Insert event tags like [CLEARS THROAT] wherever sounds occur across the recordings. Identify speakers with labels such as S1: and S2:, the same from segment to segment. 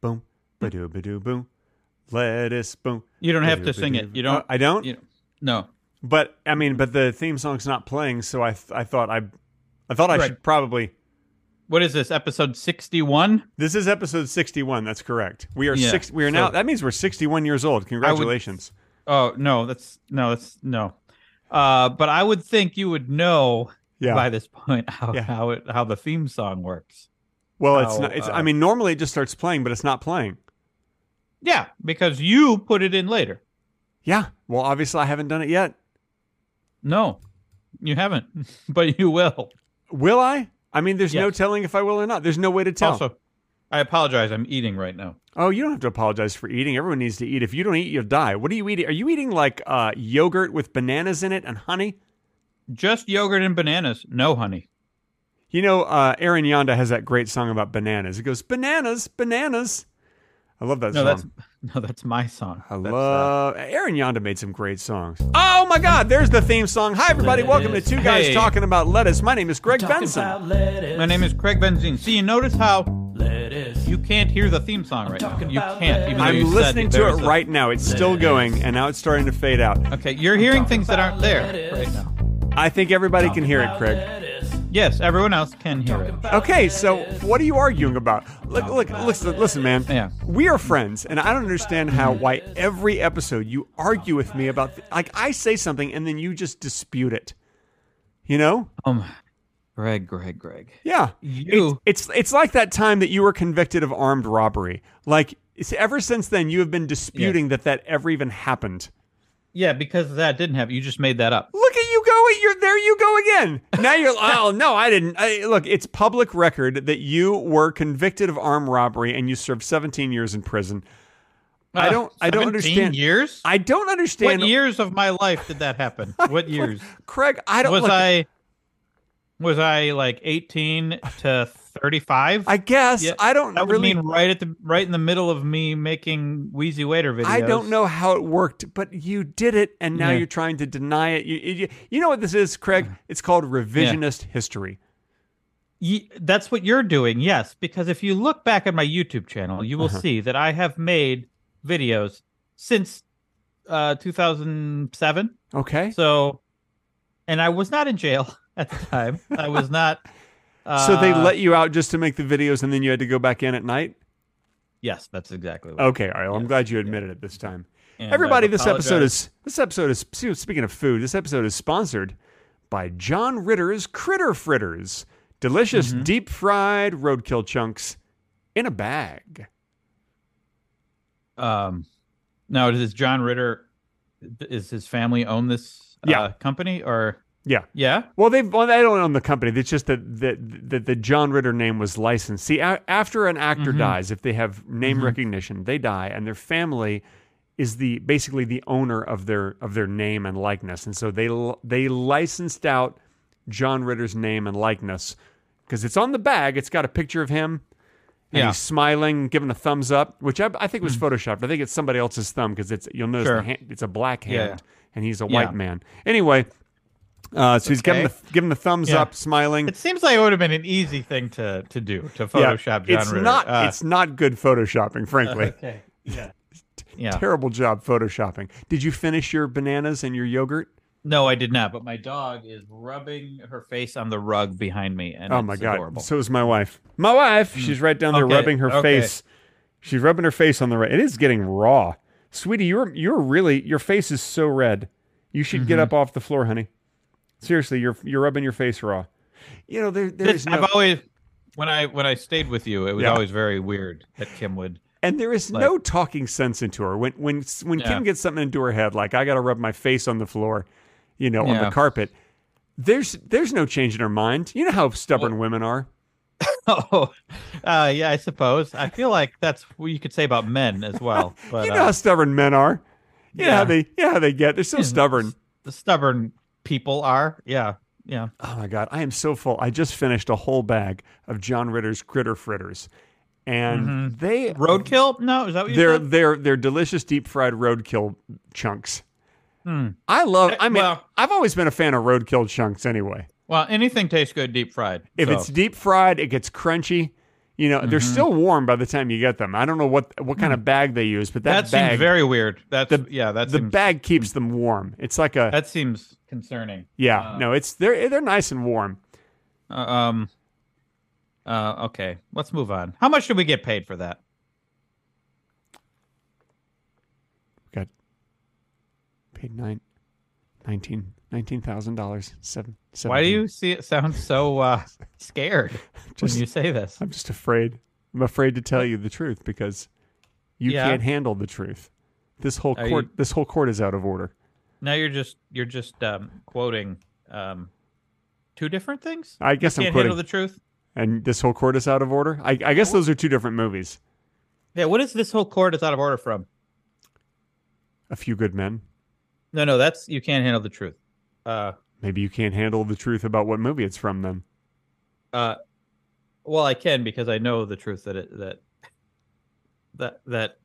S1: boom, ba doo ba doo boom, lettuce boom. Uh,
S2: You don't have to sing it. You don't.
S1: I don't.
S2: You no.
S1: But I mean, but the theme song's not playing, so I th- I thought I, I thought I
S2: Right.
S1: should probably.
S2: What is this? Episode sixty-one.
S1: This is episode sixty-one. That's correct. We are
S2: Yeah,
S1: six. We are now.
S2: so-
S1: That means we're sixty-one years old. Congratulations.
S2: Oh no, that's no, that's no. Uh, but I would think you would know
S1: yeah.
S2: by this point [LAUGHS] how
S1: Yeah.
S2: how it how the theme song works.
S1: well, it's
S2: how,
S1: not. It's.
S2: uh,
S1: I mean, normally it just starts playing, but it's not playing.
S2: Yeah, because you put it in later.
S1: Yeah. Well, obviously I haven't done it yet.
S2: No, you haven't, [LAUGHS] but you will.
S1: Will I? I mean, there's no
S2: Yes.
S1: telling if I will or not. There's no way to tell.
S2: Also, I apologize. I'm eating right now.
S1: Oh, you don't have to apologize for eating. Everyone needs to eat. If you don't eat, you'll die. What are you eating? Are you eating like uh, yogurt with bananas in it and honey?
S2: Just yogurt and bananas. No honey.
S1: You know, uh, Aaron Yonda has that great song about bananas. It goes, bananas, bananas. I love that
S2: No,
S1: song.
S2: that's [LAUGHS] no, that's my song.
S1: I
S2: That's, uh,
S1: love Aaron Yonda made some great songs. Oh my God! There's the theme song. Hi everybody, welcome to
S2: Lettuce.
S1: Two Guys
S2: Hey.
S1: Talking About Lettuce. My name is Greg Benson.
S2: My name is Craig Benzine. See, you notice how you can't hear the theme song right now. You can't. Even though you
S1: I'm
S2: said
S1: listening to
S2: there
S1: it
S2: was a-
S1: right now. It's still going, and now it's starting to fade out.
S2: Okay, you're hearing things that aren't there right now.
S1: I think everybody can hear it, Craig.
S2: Yes, everyone else can hear it.
S1: Okay, so what are you arguing about? Look, look, listen, listen, man.
S2: Yeah.
S1: We are friends, and I don't understand how why every episode you argue with me about th- like I say something and then you just dispute it. You know?
S2: Um, Greg, Greg, Greg.
S1: Yeah.
S2: You-
S1: It's, it's it's like that time that you were convicted of armed robbery. Like it's, ever since then, you have been disputing that that ever even happened.
S2: Yeah, because that didn't happen. You just made that up.
S1: Look at you go! You're there. You go again. Now
S2: [LAUGHS]
S1: you're. oh no, I didn't. I, look, it's public record that you were convicted of armed robbery and you served 17 years in prison. I don't. I don't
S2: 17
S1: understand.
S2: Years?
S1: I don't understand.
S2: what years of my life did
S1: [LAUGHS]
S2: that happen? What years?
S1: Craig, I don't.
S2: was
S1: look,
S2: I was I like 18 to 35?
S1: I guess
S2: Yeah,
S1: I don't
S2: that would
S1: really.
S2: mean right at the right in the middle of me making Wheezy Waiter videos.
S1: I don't know how it worked, but you did it, and now
S2: Yeah. Uh-huh.
S1: you're trying to deny it. You, you, you know what this is, Craig? It's called revisionist history.
S2: Ye- that's what you're doing, yes. Because if you look back at my YouTube channel, you will
S1: Uh-huh.
S2: see that I have made videos since uh, 2007.
S1: Okay.
S2: So, and I was not in jail [LAUGHS] at the time. I was not. Uh,
S1: [LAUGHS] So they let you out just to make the videos, and then you had to go back in at night.
S2: Yes, that's exactly. What
S1: Okay, all right. Well, I'm glad you admitted it this time.
S2: And
S1: Oh, Everybody,
S2: I've
S1: this episode
S2: apologized.
S1: is this episode is speaking of food. This episode is sponsored by John Ritter's Critter Fritters, delicious
S2: Mm-hmm.
S1: deep fried roadkill chunks in a bag.
S2: Um, now does John Ritter? Is his family own this uh,
S1: Yeah.
S2: company or
S1: Yeah.
S2: yeah?
S1: Well, they well, they don't own the company. It's just that that that the John Ritter name was licensed. See, a- after an actor dies, if they have name recognition, they die, and their family is the basically the owner of their of their name and likeness, and so they l- they licensed out John Ritter's name and likeness because it's on the bag. It's got a picture of him. And
S2: Yeah. Hmm.
S1: he's smiling, giving a thumbs up, which I, I think was photoshopped. I think it's somebody else's thumb because it's you'll notice
S2: Sure.
S1: the hand, it's a black
S2: Yeah.
S1: hand, and he's a
S2: Yeah.
S1: white man. Anyway, uh, so he's giving the
S2: Okay.
S1: giving the thumbs
S2: Yeah.
S1: up, smiling.
S2: It seems like it would have been an easy thing to to do to
S1: Yeah,
S2: Photoshop John
S1: it's
S2: Ritter.
S1: not
S2: Uh,
S1: it's not good photoshopping, frankly.
S2: [LAUGHS] okay. Yeah. Yeah.
S1: Terrible job photoshopping. Did you finish your bananas and your yogurt?
S2: No, I did not. But my dog is rubbing her face on the rug behind me, and
S1: oh
S2: it's
S1: my god!
S2: adorable.
S1: So is my wife. My wife, she's right down there
S2: Okay,
S1: rubbing her
S2: okay.
S1: face. She's rubbing her face on the red. It is getting raw, sweetie. You're you're really your face is so red. You should
S2: Mm-hmm.
S1: get up off the floor, honey. Seriously, you're you're rubbing your face raw. You know there there
S2: This-
S1: is no
S2: I've always when I when I stayed with you, it was
S1: Yeah.
S2: always very weird that Kim would. [LAUGHS]
S1: And there is
S2: Like-
S1: no talking sense into her. When when when
S2: Yeah.
S1: Kim gets something into her head, like I got to rub my face on the floor, you know, on the
S2: Yeah.
S1: carpet. There's there's no change in her mind. You know how stubborn women are.
S2: Oh, uh, yeah, I suppose. I feel like that's what you could say about men
S1: [LAUGHS]
S2: as well. But
S1: you know how
S2: uh,
S1: stubborn men are. You know how
S2: yeah.
S1: they you know how they get. They're so
S2: Yeah.
S1: stubborn.
S2: the stubborn people are. Yeah, yeah.
S1: Oh my god, I am so full. I just finished a whole bag of John Ritter's critter fritters. And they
S2: Mm-hmm. Roadkill? No, is that what you
S1: they're
S2: said?
S1: they're they're delicious deep fried roadkill chunks. I love. I mean,
S2: Hmm. Eh, well-
S1: I've always been a fan of roadkill chunks. Anyway,
S2: Well, anything tastes good deep fried.
S1: if
S2: so. Mm-hmm.
S1: it's deep fried, it gets crunchy. You know, they're still warm by the time you get them. I don't know what what kind of bag they use, but that,
S2: Hmm. that
S1: bag
S2: seems very weird. That's
S1: the-
S2: yeah. That
S1: the
S2: seems hmm.
S1: bag keeps them warm. It's like a
S2: that uh, seems concerning.
S1: yeah. no, it's they're they're nice and warm.
S2: Uh, um. Uh, okay, let's move on. How much did we get paid for that?
S1: Got paid nine, nineteen, nineteen thousand dollars. Seven.
S2: Why do
S1: 17.
S2: you see it sound so uh, scared
S1: Just-
S2: when you say this?
S1: I'm just afraid. I'm afraid to tell you the truth because you
S2: Yeah.
S1: can't handle the truth. This whole
S2: Are
S1: court,
S2: you-
S1: this whole court is out of order.
S2: Now you're just you're just um, quoting um, two different things.
S1: I guess I'm
S2: Can't
S1: quoting.
S2: handle the truth.
S1: and this whole court is out of order. I, I guess those are two different movies.
S2: Yeah, what is this whole court is out of order from?
S1: A Few Good Men.
S2: No, no, that's you can't handle the truth. Uh,
S1: Maybe you can't handle the truth about what movie it's from. Then
S2: uh, well, I can because I know the truth that it that that that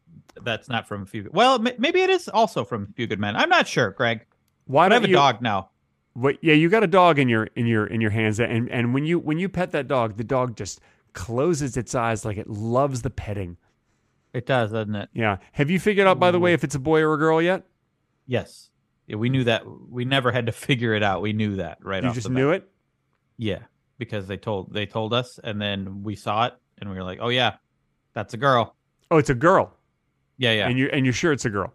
S2: that's not from a few. Well, ma- maybe it is also from a few good men. I'm not sure, Greg.
S1: why
S2: I
S1: don't
S2: have a
S1: you?
S2: dog now.
S1: What, yeah, you got a dog in your in your in your hands, and and when you when you pet that dog, the dog just closes its eyes like it loves the petting.
S2: It does, doesn't it?
S1: Yeah. Have you figured out, by the way, if it's a boy or a girl yet?
S2: Yes. Yeah, we knew that. We never had to [LAUGHS] figure it out. We knew that right
S1: you
S2: off
S1: just
S2: the bat.
S1: knew it.
S2: Yeah, because they told they told us, and then we saw it, and we were like, "Oh yeah, that's a girl."
S1: Oh, it's a girl,
S2: Yeah, yeah,
S1: and you and you're sure it's a girl.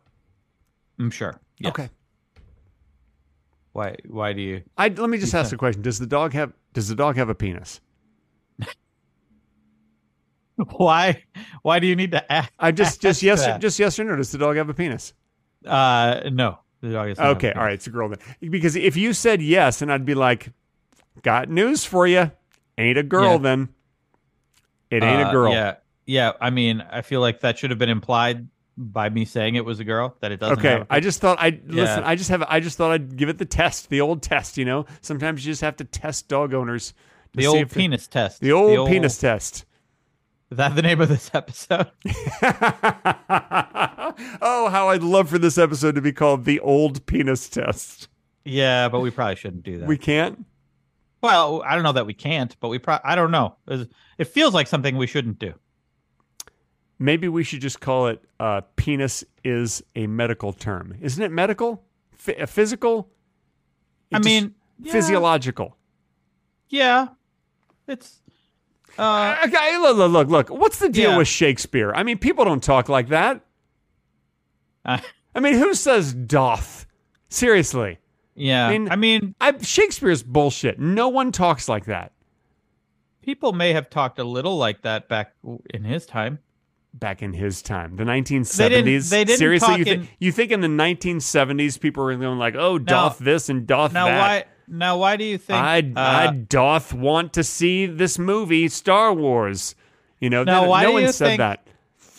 S2: I'm sure. Yes.
S1: Okay.
S2: Why? Why
S1: [LAUGHS]
S2: do you?
S1: I let me just ask a question. Does the dog have Does the dog have a penis?
S2: Why? Why do you need to ask?
S1: I just just
S2: [LAUGHS]
S1: yes
S2: that.
S1: just yes or no. Does the dog have a penis?
S2: Uh, no. The dog is not
S1: Okay,
S2: happy.
S1: all right, it's a girl then. Because if you said yes, and I'd be like, "Got news for you, ain't a girl
S2: Yeah.
S1: then. It ain't
S2: Uh,
S1: a girl."
S2: Yeah, yeah. I mean, I feel like that should have been implied by me saying it was a girl that it doesn't.
S1: Okay,
S2: have a-
S1: I just thought I would
S2: Yeah.
S1: listen. I just have. I just thought I'd give it the test, the old test. You know, sometimes you just have to test dog owners. to
S2: the
S1: see
S2: old
S1: if they-
S2: penis test.
S1: The old, penis test.
S2: [LAUGHS]
S1: [LAUGHS]
S2: Is that the name of this episode?
S1: oh, how I'd love for this episode to be called the old penis test.
S2: yeah, but we probably shouldn't do that.
S1: We can't.
S2: Well, I don't know that we can't, but we probably, I don't know. It it feels like something we shouldn't do.
S1: Maybe we should just call it uh, penis is a medical term. Isn't it medical? F- uh, physical? It
S2: I
S1: just-
S2: mean, yeah,
S1: physiological.
S2: Yeah. It's, uh,
S1: okay, look, look, look, look. What's the deal
S2: Yeah.
S1: with Shakespeare? I mean, people don't talk like that.
S2: uh,
S1: I mean, who says doth? Seriously.
S2: [LAUGHS] yeah. I
S1: mean-
S2: mean,
S1: I, Shakespeare's bullshit. No one talks like that
S2: people may have talked a little like that back w- in his time.
S1: back in his time, the 1970s.
S2: they didn't
S1: Seriously,
S2: talk
S1: you, thi-
S2: in-
S1: you think in the 1970s people were going like, oh, doth this and doth
S2: Now,
S1: that?
S2: why, now, why do you think,
S1: I, I
S2: uh,
S1: doth want to see this movie, Star Wars. You know,
S2: Now,
S1: no-
S2: why
S1: no
S2: do
S1: one
S2: you
S1: said
S2: think-
S1: that.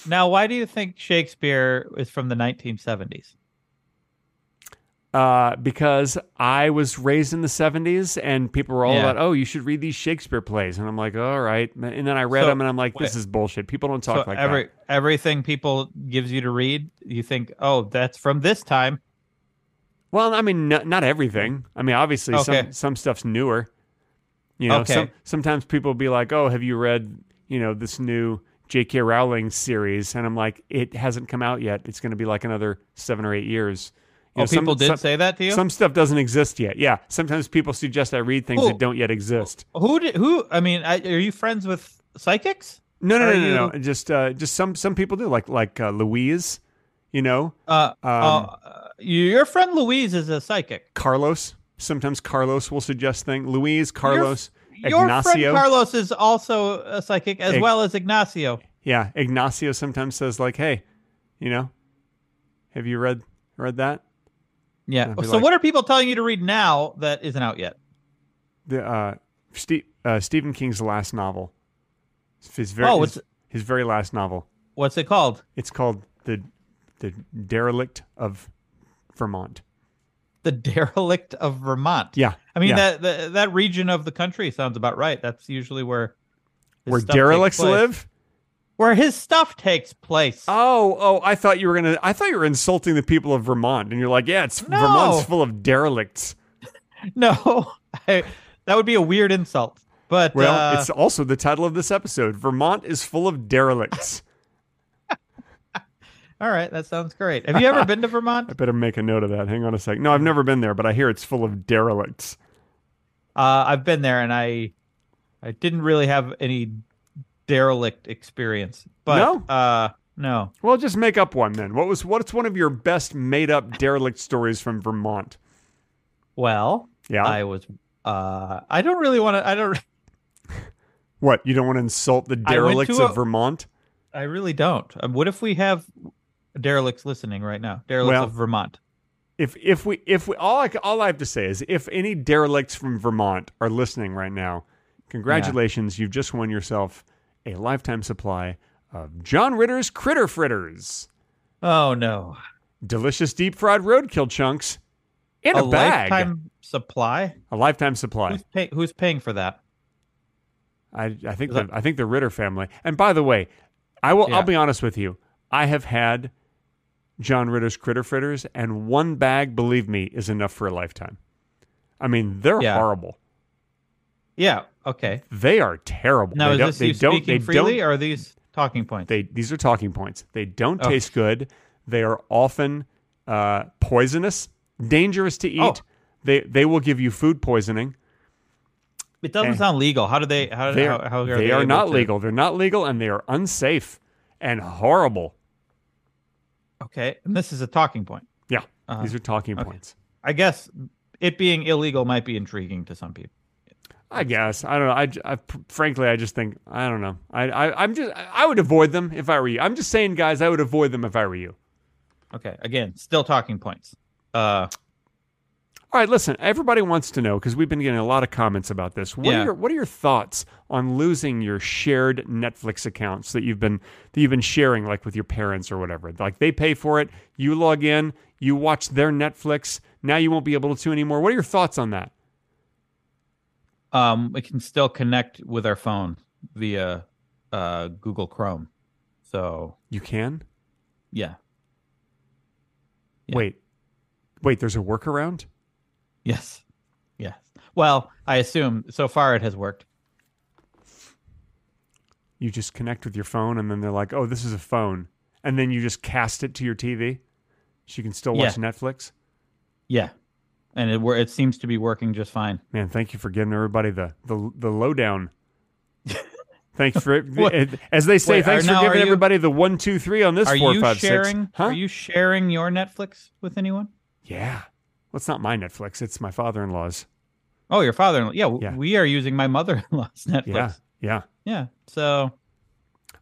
S2: now, why do you think Shakespeare is from the 1970s?
S1: Uh, because I was raised in the 70s and people were all
S2: Yeah.
S1: about, oh, you should read these Shakespeare plays. And I'm like, all right. And then I read
S2: So-
S1: them and I'm like, this
S2: wait.
S1: is bullshit. People don't talk
S2: so
S1: like
S2: every,
S1: that.
S2: everything people gives you to read, you think, oh, that's from this time.
S1: Well, I mean, no, not everything. I mean, obviously,
S2: Okay.
S1: some, some stuff's newer. You know,
S2: Okay.
S1: some, sometimes people will be like, oh, have you read, you know, this new J.K. Rowling series? And I'm like, it hasn't come out yet. It's going to be like another seven or eight years. You
S2: Oh,
S1: know, some-
S2: people did
S1: some-
S2: say that to you?
S1: Some stuff doesn't exist yet. Yeah. Sometimes people suggest I read things
S2: Who-
S1: that don't yet exist.
S2: Who did who? I mean, I, are you friends with psychics?
S1: No, no,
S2: Are
S1: no, no, no. Just, uh, just some some people do, like like uh, Louise, you know,
S2: Uh,
S1: Um,
S2: uh, your friend Louise is a psychic.
S1: Carlos. Sometimes Carlos will suggest things. Louise,
S2: Your-
S1: Carlos,
S2: Your friend
S1: Ignacio.
S2: Carlos is also a psychic, as
S1: Ig-
S2: well as Ignacio.
S1: yeah, Ignacio sometimes says like, "Hey, you know, have you read read that?"
S2: Yeah.
S1: be
S2: So,
S1: like-
S2: what are people telling you to read now that isn't out yet?
S1: The uh, Ste- uh, Stephen King's last novel. His very
S2: Oh,
S1: his-
S2: it's-
S1: his very last novel.
S2: What's it called?
S1: It's called the the derelict of Vermont.
S2: The [LAUGHS] derelict of Vermont.
S1: Yeah,
S2: I mean
S1: yeah.
S2: that, that that region of the country sounds about right. That's usually where his
S1: where
S2: stuff takes
S1: derelicts
S2: place.
S1: live.
S2: Where his stuff takes place.
S1: Oh, oh! I thought you were gonna. I thought you were insulting the people of Vermont, and you're like, yeah, it's
S2: No.
S1: Vermont's full of derelicts.
S2: [LAUGHS] No, I, that would be a weird insult. But
S1: Well,
S2: uh,
S1: it's also the title of this episode. Vermont is full of [LAUGHS] derelicts.
S2: all right. That sounds great. Have you ever been to
S1: I
S2: Vermont?
S1: [LAUGHS] better make a note of that. Hang on a sec. No, I've never been there, but I hear it's full of derelicts.
S2: Uh, I've been there, and I I didn't really have any derelict experience. But uh, no,
S1: Well, just make up one then. What was what's one of your best made up derelict stories from Vermont?
S2: well,
S1: Yeah.
S2: I was. Uh, I don't really want to. I don't.
S1: what? You don't want to insult the
S2: I went
S1: derelicts
S2: to
S1: of
S2: a-
S1: Vermont?
S2: I really don't. Um, what if we have derelicts listening right now? Derelicts
S1: Well-
S2: of Vermont.
S1: If if we if we all I c- all I have to say is if any derelicts from Vermont are listening right now, congratulations, you've just won yourself a lifetime supply of John Ritter's Critter Fritters,
S2: Oh no,
S1: delicious deep fried roadkill chunks in a, bag,
S2: lifetime supply.
S1: a lifetime supply.
S2: Who's, pay- who's paying for that?
S1: I, I think
S2: Is
S1: the, I think the Ritter family. And by the way, I will
S2: Yeah.
S1: I'll be honest with you. I have had John Ritter's Critter Fritters, and one bag, believe me, is enough for a lifetime. I mean, they're
S2: Yeah.
S1: horrible.
S2: Yeah. Okay.
S1: They are terrible.
S2: Now
S1: they
S2: is
S1: don't,
S2: this
S1: they
S2: you
S1: don't,
S2: speaking
S1: they
S2: freely,
S1: Don't,
S2: or are these talking points?
S1: they these are talking points. They don't
S2: Okay.
S1: taste good. They are often uh, poisonous, dangerous to eat.
S2: Oh.
S1: They they will give you food poisoning.
S2: It doesn't
S1: Eh.
S2: sound legal. How do they? How,
S1: They
S2: how,
S1: are,
S2: how are
S1: they
S2: they?
S1: are
S2: able
S1: not
S2: to-
S1: legal. They're not legal, and they are unsafe and horrible.
S2: Okay, and this is a talking point.
S1: Yeah,
S2: Uh-huh.
S1: these are talking
S2: Okay.
S1: points.
S2: I guess it being illegal might be intriguing to some people.
S1: I guess I don't know. I, j- I pr- frankly, I just think I don't know. I, I I'm just I would avoid them if I were you. I'm just saying, guys, I would avoid them if I were you.
S2: Okay, again, still talking points. Uh,
S1: All right, listen. Everybody wants to know because we've been getting a lot of comments about this. What
S2: Yeah.
S1: are your What are your thoughts on losing your shared Netflix accounts that you've been that you've been sharing, like with your parents or whatever? Like they pay for it, you log in, you watch their Netflix. Now you won't be able to anymore. What are your thoughts on that?
S2: um, we can still connect with our phone via uh, Google Chrome. So
S1: You can
S2: yeah, Yeah.
S1: wait, wait. There's a workaround.
S2: yes, yes. Well, I assume so far it has worked.
S1: you just connect with your phone and then they're like, "Oh, this is a phone." And then you just cast it to your TV. So you can still watch Netflix.
S2: Yeah, and it wor- it seems to be working just fine.
S1: Man, thank you for giving everybody the the the lowdown. [LAUGHS] Thanks for
S2: What?
S1: as they say,
S2: Wait, are-
S1: thanks for
S2: now,
S1: giving
S2: are you-
S1: everybody the one, two, three on this
S2: Are
S1: four,
S2: you
S1: five, six.
S2: sharing?
S1: Huh?
S2: Are you sharing your Netflix with anyone?
S1: Yeah. Well, it's not my Netflix. It's my father-in-law's.
S2: Oh, your father-in-law. Yeah, w
S1: Yeah.
S2: we are using my mother-in-law's [LAUGHS] Netflix.
S1: Yeah. Yeah.
S2: Yeah, So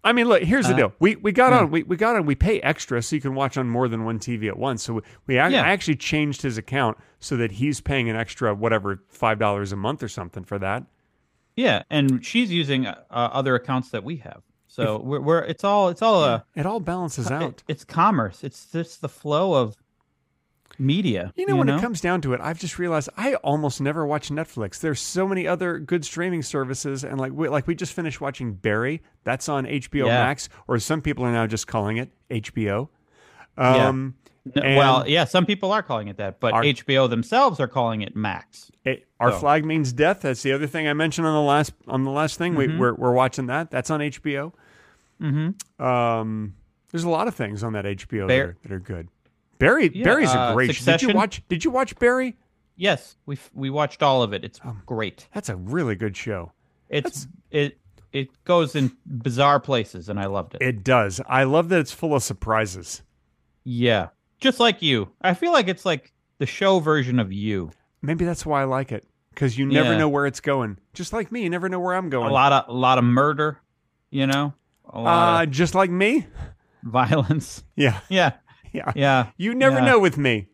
S1: I mean, look. Here's the
S2: Uh,
S1: deal. We we got
S2: yeah.
S1: on. We, we got on. We pay extra so you can watch on more than one TV at once. So we, we ac-
S2: Yeah.
S1: I actually changed his account so that he's paying an extra whatever five dollars a month or something for that.
S2: yeah, and she's using uh, uh, other accounts that we have. So we're, we're it's all it's all uh,
S1: It all balances
S2: it-
S1: out.
S2: it's commerce. It's just the flow of media.
S1: You know, when it comes down to it, I've just realized I almost never watch Netflix. There's so many other good streaming services, and like we, like we just finished watching Barry. That's on HBO
S2: Yeah.
S1: Max, or as some people are now just calling it HBO.
S2: Yeah.
S1: Um,
S2: N- well,
S1: and-
S2: yeah, some people are calling it that, but
S1: Our-
S2: HBO themselves are calling it Max.
S1: It, our
S2: So-
S1: flag means death. That's the other thing I mentioned on the last on the last thing. We, we're we're watching that. That's on HBO.
S2: Mm-hmm.
S1: Um, there's a lot of things on that HBO that,
S2: Bear-
S1: are, that are good. Barry
S2: Yeah,
S1: Barry's a
S2: uh,
S1: great. Did
S2: Succession.
S1: you watch? Did you watch Barry?
S2: Yes, we f- we watched all of it. It's
S1: Um,
S2: great.
S1: That's a really good show.
S2: It's it it goes in bizarre places, and I loved it.
S1: It does. I love that it's full of surprises.
S2: Yeah, just like you. I feel like it's like the show version of you.
S1: Maybe that's why I like it because you never
S2: Yeah.
S1: know where it's going. Just like me, you never know where I'm
S2: A
S1: going.
S2: lot of a lot of murder, you know, a lot
S1: uh,
S2: of
S1: just like me. Uh,
S2: [LAUGHS] violence.
S1: Yeah,
S2: Yeah,
S1: [LAUGHS] yeah.
S2: yeah,
S1: You never
S2: Yeah.
S1: know with me.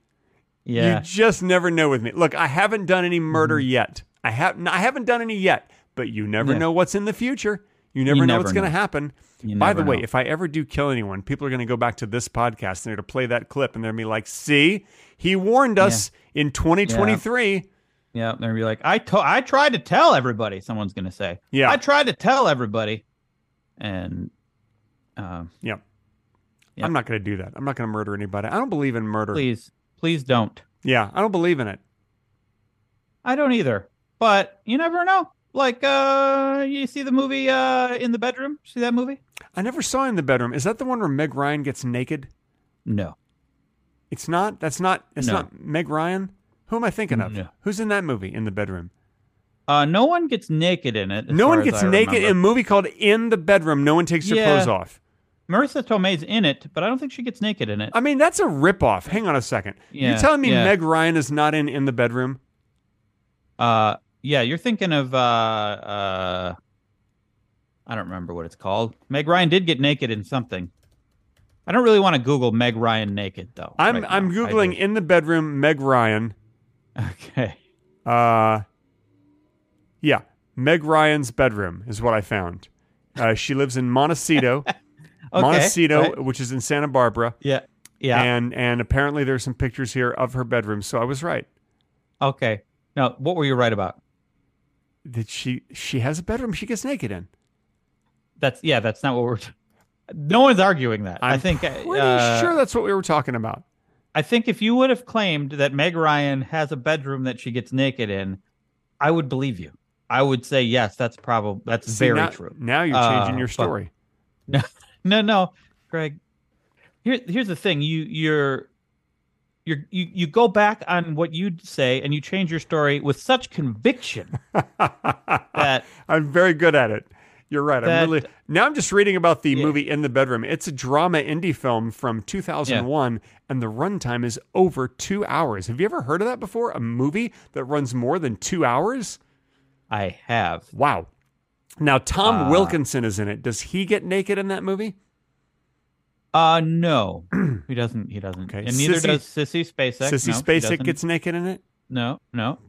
S1: You
S2: yeah. Mm-hmm.
S1: just never know with me. Look, I haven't done any murder yet. I haven't. I haven't done any yet. But you never
S2: Yeah.
S1: know what's in the future. You never know
S2: never
S1: what's going to
S2: know.
S1: happen.
S2: You
S1: By
S2: never
S1: the way,
S2: know.
S1: if I ever do kill anyone, people are going to go back to this podcast and they're going to play that clip and they're going to be like, see, he warned us in 2023.
S2: Yeah, they're gonna be like, I to- I tried to tell everybody. Someone's gonna say,
S1: Yeah.
S2: I tried to tell everybody, and um,
S1: Yep.
S2: Yep.
S1: I'm not going to do that. I'm not going to murder anybody. I don't believe in murder.
S2: please, please don't.
S1: Yeah, I don't believe in it.
S2: I don't either. But you never know. Like, uh, you see the movie uh, in the bedroom? See that movie?
S1: I never saw in the bedroom. Is that the one where Meg Ryan gets naked?
S2: No,
S1: It's not. That's not. It's
S2: No. Mm,
S1: not Meg Ryan. Who am I thinking of?
S2: No.
S1: Who's in that movie in the bedroom?
S2: uh, no one gets naked in it. as
S1: no
S2: far
S1: one
S2: as
S1: gets
S2: I
S1: naked in a
S2: remember.
S1: movie called In the Bedroom. No one takes their
S2: Yeah.
S1: clothes off.
S2: Marissa Tomei's in it, but I don't think she gets naked in it.
S1: I mean, that's a ripoff. Hang on a second.
S2: Yeah,
S1: You're telling me
S2: yeah.
S1: Meg Ryan is not in In the Bedroom?
S2: Uh, yeah, you're thinking of uh, uh, I don't remember what it's called. Meg Ryan did get naked in something. I don't really want to Google Meg Ryan naked though.
S1: I'm
S2: right
S1: I'm
S2: now. I
S1: googling
S2: do.
S1: In the Bedroom Meg Ryan.
S2: [LAUGHS] Okay.
S1: Uh, yeah, Meg Ryan's bedroom is what I found. Uh, she lives in Montecito,
S2: [LAUGHS] Okay.
S1: Montecito,
S2: right.
S1: which is in Santa Barbara,
S2: Yeah. Yeah.
S1: and and apparently there's some pictures here of her bedroom. So I was right.
S2: okay. Now, what were you right about?
S1: That she she has a bedroom she gets naked in.
S2: That's yeah. That's not what we're. No one's arguing that. i
S1: I'm
S2: think.
S1: Pretty
S2: uh,
S1: sure that's what we were talking about.
S2: I think if you would have claimed that Meg Ryan has a bedroom that she gets naked in, I would believe you. I would say yes. That's probably that's
S1: See,
S2: very
S1: now,
S2: true.
S1: Now you're changing
S2: Uh,
S1: your
S2: but-
S1: story.
S2: No, no, Greg. Here, here's the thing. You, you're, you're, you, you go back on what you say and you change your story with
S1: [LAUGHS]
S2: such conviction that
S1: I'm very good at it. You're right.
S2: That-
S1: I'm really now. I'm just readting about the
S2: Yeah.
S1: movie in the bedroom. It's a drama indie film from 2001, and the runtime is over two hours. Have you ever heard of that before? A movie that runs more than two hours?
S2: I have.
S1: Wow. Now Tom
S2: Uh,
S1: Wilkinson is in it. Does he get naked in that movie?
S2: Uh
S1: [CLEARS THROAT]
S2: no, he doesn't. He doesn't.
S1: Okay,
S2: And neither
S1: Sissy-
S2: does Sissy Spacek.
S1: Sissy
S2: No, she
S1: Spacek
S2: doesn't.
S1: gets naked in it.
S2: no, no.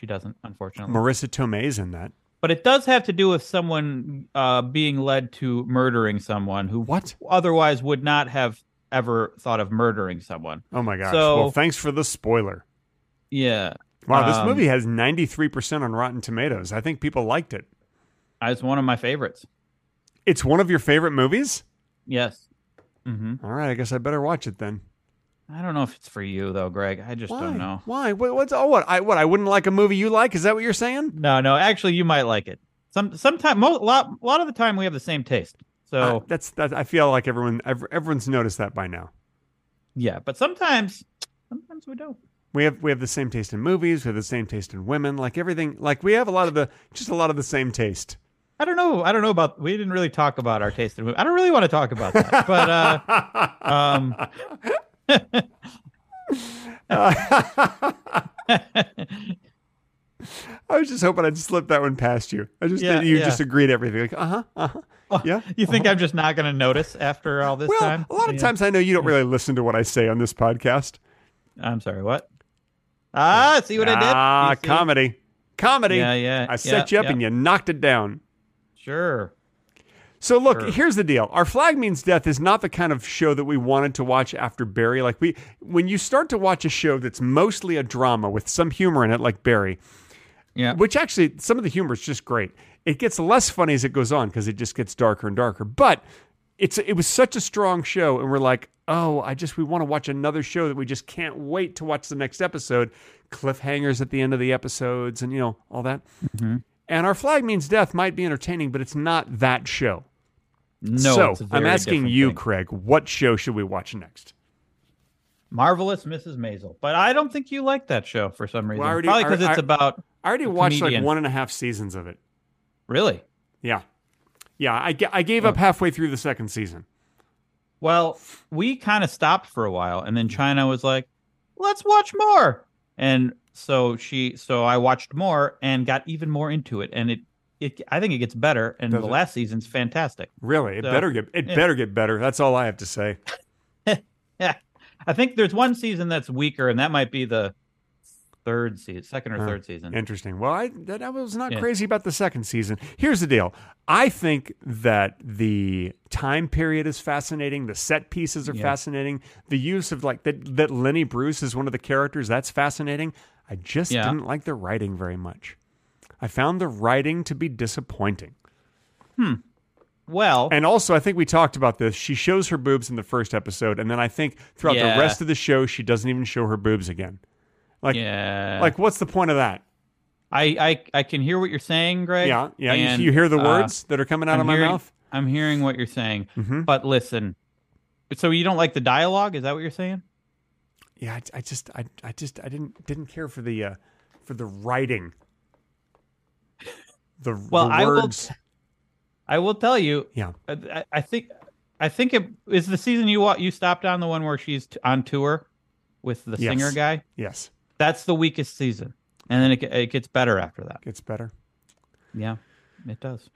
S2: She doesn't, unfortunately.
S1: Marissa Tomei's in that.
S2: but it does have to do with someone uh, being led to murdering someone who
S1: What?
S2: otherwise would not have ever thought of murdering someone.
S1: Oh my gosh.
S2: So-
S1: well, thanks for the spoiler.
S2: Yeah.
S1: Wow, this
S2: Um,
S1: movie has 93% on Rotten Tomatoes. I think people liked it.
S2: It's one of my favorites.
S1: It's one of your favorite movies?
S2: Yes. hmm
S1: All right, I guess I better watch it then.
S2: I don't know if it's for you though, Greg. I just
S1: Why?
S2: don't know.
S1: Why? What, what's oh what? I what I wouldn't like a movie you like? Is that what you're saying?
S2: No, no. Actually, you might like it. Some, sometime, mo- lot, a lot of the time, we have the same taste. So
S1: Uh, that's that. I feel like everyone ev- everyone's noticed that by now.
S2: yeah, but sometimes, sometimes we don't.
S1: We have we have the same taste in movies. We have the same taste in women. Like everything. Like we have a lot of the just a lot of the same taste.
S2: I don't know. I don't know about. We didn't really talk about our taste in movies. I don't really want to talk about [LAUGHS] that. But uh, um,
S1: I was just hoping I'd slip that one past you. I just
S2: Yeah,
S1: that you
S2: yeah.
S1: just agreed to everything. Like uh huh, uh huh.
S2: [LAUGHS]
S1: Yeah.
S2: you think I'm just not going to notice after all this
S1: Well,
S2: time?
S1: a lot of
S2: Yeah.
S1: times I know you don't really listen to what I say on this podcast.
S2: I'm sorry. What? Ah, see what I did?
S1: Ah,
S2: You see?
S1: comedy. Comedy.
S2: Yeah, yeah,
S1: I set
S2: yeah,
S1: you up
S2: yeah.
S1: and you knocked it down.
S2: Sure.
S1: So look,
S2: Sure.
S1: here's the deal. Our Flag Means Death is not the kind of show that we wanted to watch after Barry. Like we when you start to watch a show that's mostly a drama with some humor in it like Barry,
S2: Yeah.
S1: which actually some of the humor is just great. It gets less funny as it goes on because it just gets darker and darker. But it's it was such a strong show, and we're like, oh, I just we want to watch another show that we just can't wait to watch the next episode. Cliffhangers at the end of the episodes, and you know all that. And our flag means death might be entertaining, but it's not that show.
S2: No.
S1: so
S2: it's a
S1: I'm
S2: very
S1: asking
S2: different
S1: you,
S2: thing.
S1: Craig, what show should we watch next?
S2: Marvelous Mrs. Maisel. But I don't think you like that show for some reason.
S1: I already-
S2: Probably because
S1: I-
S2: it's
S1: I-
S2: about
S1: I already
S2: A
S1: watched
S2: comedian.
S1: like one and a half seasons of it.
S2: really.
S1: Yeah, yeah. I, ga- I gave up halfway through the second season.
S2: Well, we kind of stopped for a while, and
S1: Mm.
S2: then China was like, "Let's watch more," and so she, so I watched more and got even more into it, and it, it, I think it gets better, and
S1: Does
S2: the
S1: it?
S2: last season's fantastic.
S1: Really, it
S2: So,
S1: better get it
S2: yeah.
S1: better get better. That's all I have to say.
S2: Yeah, I think there's one season that's weaker, and that might be the third season, second or
S1: Huh.
S2: third season.
S1: Interesting. Well, I that I was not
S2: Yeah.
S1: crazy about the second season. Here's the deal. I think that the time period is fascinating. The set pieces are
S2: Yeah.
S1: fascinating. The use of like that that Lenny Bruce is one of the characters. That's fascinating. I just
S2: Yeah.
S1: didn't like the writing very much. I found the writing to be disappointing.
S2: well,
S1: And also, I think we talked about this. She shows her boobs in the first episode, and then I think throughout
S2: Yeah.
S1: the rest of the show, she doesn't even show her boobs again. Like,
S2: yeah,
S1: like what's the point of that?
S2: I, I I can hear what you're saying, Greg.
S1: Yeah, yeah. you-
S2: and,
S1: you, hear the
S2: uh,
S1: words that are coming out
S2: I'm
S1: of my
S2: hearing-
S1: mouth.
S2: I'm hearing what you're saying,
S1: Mhm.
S2: but listen. So you don't like the dialogue? Is that what you're saying?
S1: Yeah, I, I just, I, I just, I didn't, didn't care for the, uh, for the writing. The,
S2: Well,
S1: the
S2: I will-
S1: words.
S2: I will tell you.
S1: Yeah.
S2: I- I, I think, I think it is the season you wa- you stopped on the one where she's t- on tour with the
S1: Yes.
S2: singer guy.
S1: Yes,
S2: That's the weakest season, and then it, ge- it gets better after that.
S1: gets better.
S2: Yeah, it does.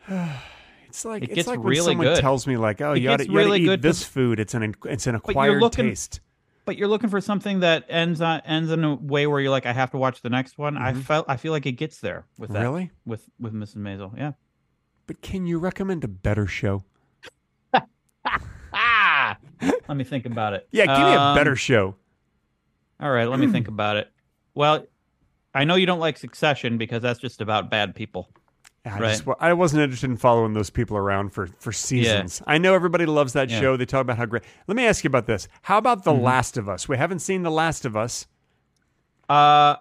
S1: It's like
S2: It
S1: it's
S2: gets
S1: like
S2: really
S1: when someone
S2: good.
S1: tells me like, oh,
S2: It
S1: you ought to
S2: gets really
S1: eat
S2: good, but-
S1: this food. It's an, it's an
S2: you're
S1: acquired
S2: looking-
S1: taste.
S2: But you're looking for something that ends on ends in a way where you're like, I have to watch the next one. I felt I feel like it gets there with that.
S1: Mm-hmm. Really?
S2: With with Mrs. Maisel. Yeah.
S1: But can you recommend a better show?
S2: Ah. let me think about it.
S1: Yeah, give me a
S2: Um,
S1: better show.
S2: All right, let me
S1: [CLEARS THROAT]
S2: think about it. Well, I know you don't like Succession because that's just about bad people.
S1: I,
S2: right.
S1: just, wa- I wasn't interested in following those people around for, for seasons. I know everybody loves that
S2: Yeah. Mm-hmm.
S1: show. They talk about how great. Let me ask you about this. How about The Last of Us? We haven't seen The Last of Us.
S2: Uh,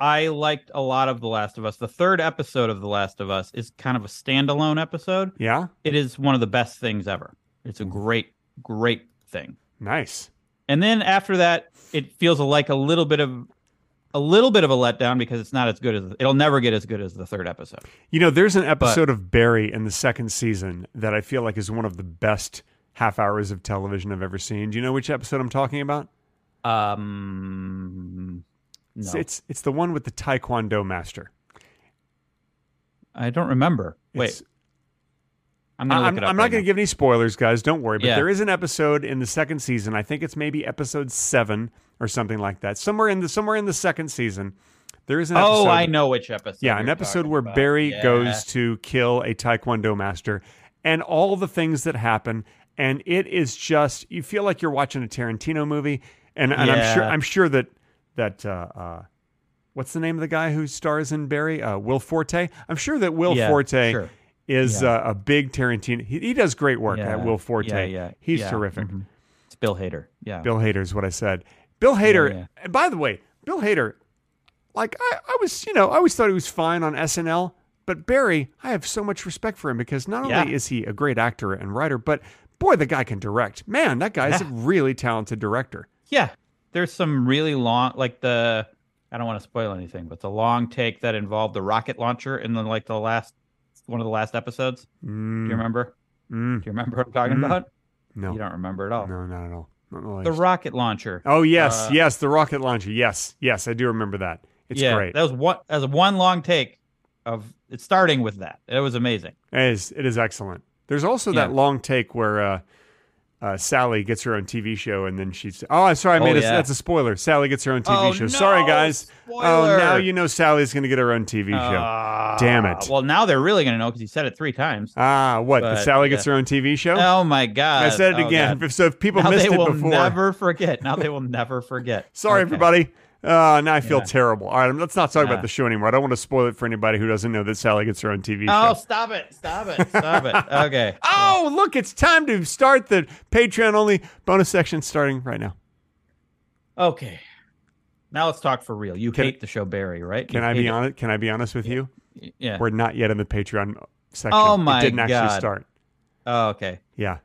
S2: I liked a lot of The Last of Us. The third episode of The Last of Us is kind of a standalone episode.
S1: Yeah,
S2: It is one of the best things ever. It's a great, great thing.
S1: nice.
S2: And then after that, it feels like a little bit of a little bit of a letdown because it's not as good as it'll never get as good as the third episode.
S1: You know, there's an episode of Barry in the second season that I feel like is one of the best half hours of television I've ever seen. Do you know which episode I'm talking about?
S2: Um, no,
S1: It's it's, it's the one with the Taekwondo master.
S2: I don't remember. Wait,
S1: It's-
S2: I'm
S1: I-
S2: gonna
S1: I'm,
S2: look it up.
S1: I'm not
S2: right
S1: going to
S2: now.
S1: give any spoilers, guys. Don't worry. But
S2: Yeah.
S1: there is an episode in the second season. I think it's maybe episode seven or something like that. Somewhere in the somewhere in the second season, there is an
S2: Oh,
S1: episode.
S2: I know which episode.
S1: Yeah, an
S2: you're
S1: episode
S2: talking
S1: where
S2: about.
S1: Barry
S2: Yeah.
S1: goes to kill a Taekwondo master, and all the things that happen, and it is just you feel like you're watching a Tarantino movie, and, and I'm sure
S2: Yeah.
S1: I'm sure that that uh, uh, what's the name of the guy who stars in Barry? Uh, Will Forte. I'm sure that Will
S2: Yeah,
S1: Forte
S2: sure.
S1: is uh, a big Tarantino. He, he does great work.
S2: Yeah.
S1: At Will Forte,
S2: Yeah, yeah,
S1: he's
S2: yeah.
S1: terrific.
S2: Mhm. It's Bill Hader. Yeah.
S1: Bill Hader is what I said. Bill Hader.
S2: yeah.
S1: and By the way, Bill Hader. Like I, I was, you know, I always thought he was fine on SNL, but Barry, I have so much respect for him because not
S2: Yeah.
S1: only is he a great actor and writer, but boy, the guy can direct. Man, that guy's a really talented director.
S2: Yeah. There's some really long, like the, I don't want to spoil anything, but the long take that involved the rocket launcher in the, like the last, one of the last episodes. Do you
S1: Mm,
S2: remember?
S1: mm,
S2: Do you remember what I'm talking
S1: Mm.
S2: about?
S1: no,
S2: You
S1: no,
S2: don't remember at all.
S1: not at all. Not in the
S2: The
S1: least.
S2: rocket launcher.
S1: oh yes,
S2: uh,
S1: yes, the rocket launcher. Yes, yes, I do remember that. It's
S2: yeah,
S1: great.
S2: That was one, that was one long take of it's starting with that. It was amazing.
S1: It is. It is excellent. There's also that
S2: Yeah.
S1: long take where uh, uh, Sally gets her own TV show, and then she's oh, I'm sorry, I
S2: Oh,
S1: made a,
S2: yeah.
S1: that's a spoiler. Sally gets her own TV
S2: Oh,
S1: show. Sorry,
S2: no!
S1: guys. Oh,
S2: Spoiler!
S1: now you know Sally's going to get her own TV show.
S2: Ah,
S1: Damn it.
S2: Well, now they're really going to know because he said it three times.
S1: Ah, what? that
S2: but,
S1: Sally gets
S2: yeah.
S1: her own TV show.
S2: Oh my god!
S1: I said it
S2: Oh,
S1: again.
S2: God.
S1: If- So if [LAUGHS] people
S2: Now
S1: missed
S2: they
S1: it
S2: will
S1: before,
S2: never forget. Now they will never forget.
S1: [LAUGHS] sorry
S2: Okay.
S1: everybody. Uh, now I feel
S2: Yeah.
S1: terrible. All right, let's not talk
S2: Yeah.
S1: about the show anymore. I don't want to spoil it for anybody who doesn't know that Sally gets her own TV show.
S2: Oh, stop it! Stop it!
S1: [LAUGHS]
S2: Stop it! Okay.
S1: Oh, look, it's time to start the Patreon only bonus section starting right now.
S2: Okay. Now let's talk for real. You
S1: Can-
S2: hate the show Barry, right?
S1: Can
S2: You
S1: I
S2: hate
S1: be
S2: it.
S1: honest? Can I be honest with you?
S2: Yeah.
S1: We're not yet in the Patreon section.
S2: Oh my
S1: It didn't actually
S2: God.
S1: start.
S2: Oh, okay.
S1: Yeah.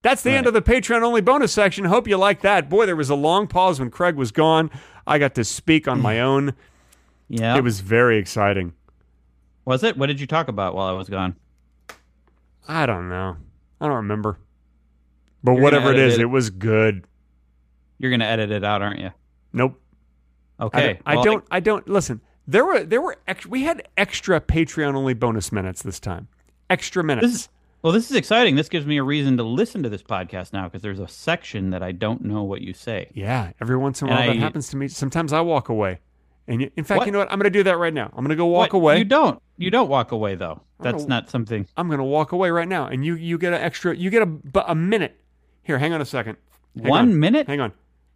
S1: That's the end of the Patreon only bonus section. Hope you like that. Boy, there was a long pause when Craig was gone. I got to speak
S2: Mm.
S1: on my own.
S2: Yeah.
S1: It was very exciting.
S2: Was it? What did you talk about while I was gone?
S1: I don't know. I don't remember. But
S2: gonna
S1: whatever it
S2: edit
S1: is,
S2: it.
S1: it was good.
S2: You're gonna edit it out, aren't you?
S1: Nope. I
S2: Okay.
S1: don't- I
S2: well,
S1: don't. I don't. Listen, there were there were ex- we had extra Patreon only bonus minutes this time. Extra minutes.
S2: This is, well, this is exciting. This gives me a reason to listen to this podcast now because there's a section that I don't know what you say.
S1: yeah, every once in a
S2: And
S1: while that
S2: I-
S1: happens to me. Sometimes I walk away, and y in fact,
S2: What?
S1: you know what? I'm going to do that right now. I'm going to go walk
S2: What?
S1: away. Oh.
S2: You don't. You don't walk away though.
S1: don't
S2: That's
S1: know.
S2: not something.
S1: I'm going to walk away right now, and you you get an extra. You get a bu- a minute. Here, hang on a second. Hang
S2: One
S1: on.
S2: minute?
S1: Hang on.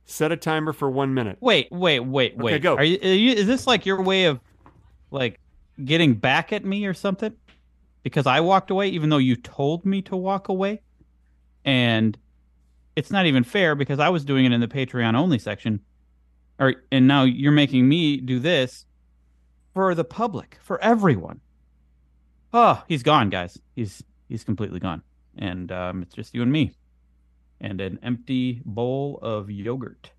S1: Set a timer for one minute.
S2: Wait, wait, wait, wait.
S1: go.
S2: Are you, are you, is this like your way of like getting back at me or something? Because I walked away, even though you told me to walk away, and it's not even fair because I was doing it in the Patreon only section, or and now you're making me do this for the public, for everyone. Oh, he's gone, guys. He's he's completely gone, and um, it's just you and me, and an empty bowl of yogurt.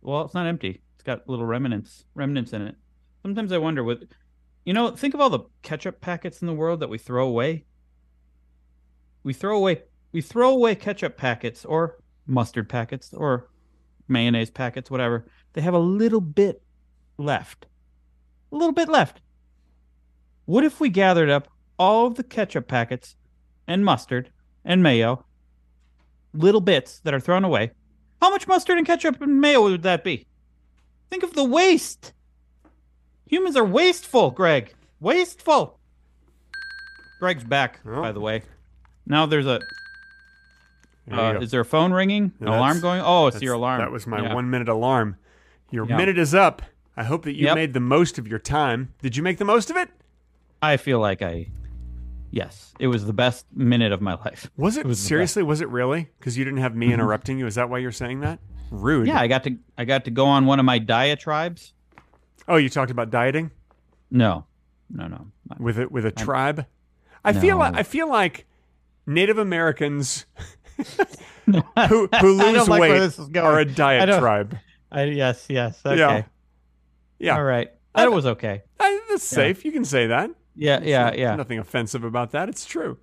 S2: Well, it's not empty. It's got little remnants remnants in it. Sometimes I wonder what you know, think of all the ketchup packets in the world that we throw away. We throw away we throw away ketchup packets or mustard packets or mayonnaise packets, whatever. They have a little bit left. A little bit left. What if we gathered up all of the ketchup packets and mustard and mayo, little bits that are thrown away, how much mustard and ketchup and mayo would that be? Think of the waste. Humans are wasteful, Greg. Wasteful. Greg's back,
S1: Oh.
S2: by the way. Now there's a.
S1: There you
S2: Uh,
S1: go.
S2: is there a phone ringing? An
S1: No,
S2: alarm
S1: that's-
S2: going? Oh, it's your
S1: That's-
S2: alarm.
S1: That was my
S2: Yeah.
S1: one minute alarm. Your
S2: Yeah.
S1: minute is up. I hope that you
S2: Yep.
S1: made the most of your time. Did you make the most of it?
S2: I feel like I. Yes, it was the best minute of my life.
S1: Was Mm-hmm. it, seriously? Was it really? Because you didn't have me interrupting you. Is that why you're saying that? Rude.
S2: Yeah, I got to. I got to go on one of my diatribes.
S1: Oh, you talked about dieting
S2: No, no, no.
S1: with it with a tribe. I feel
S2: No.
S1: like I feel like Native
S2: [LAUGHS]
S1: Americans who who
S2: I don't
S1: lose
S2: like where this is
S1: weight
S2: going.
S1: are a
S2: I
S1: diet
S2: don't-
S1: tribe.
S2: I, yes, yes. Okay.
S1: Yeah. Yeah,
S2: All right. That was okay.
S1: I- that's safe. You can say that.
S2: Yeah, yeah,
S1: There's
S2: yeah.
S1: Nothing offensive about that. It's true.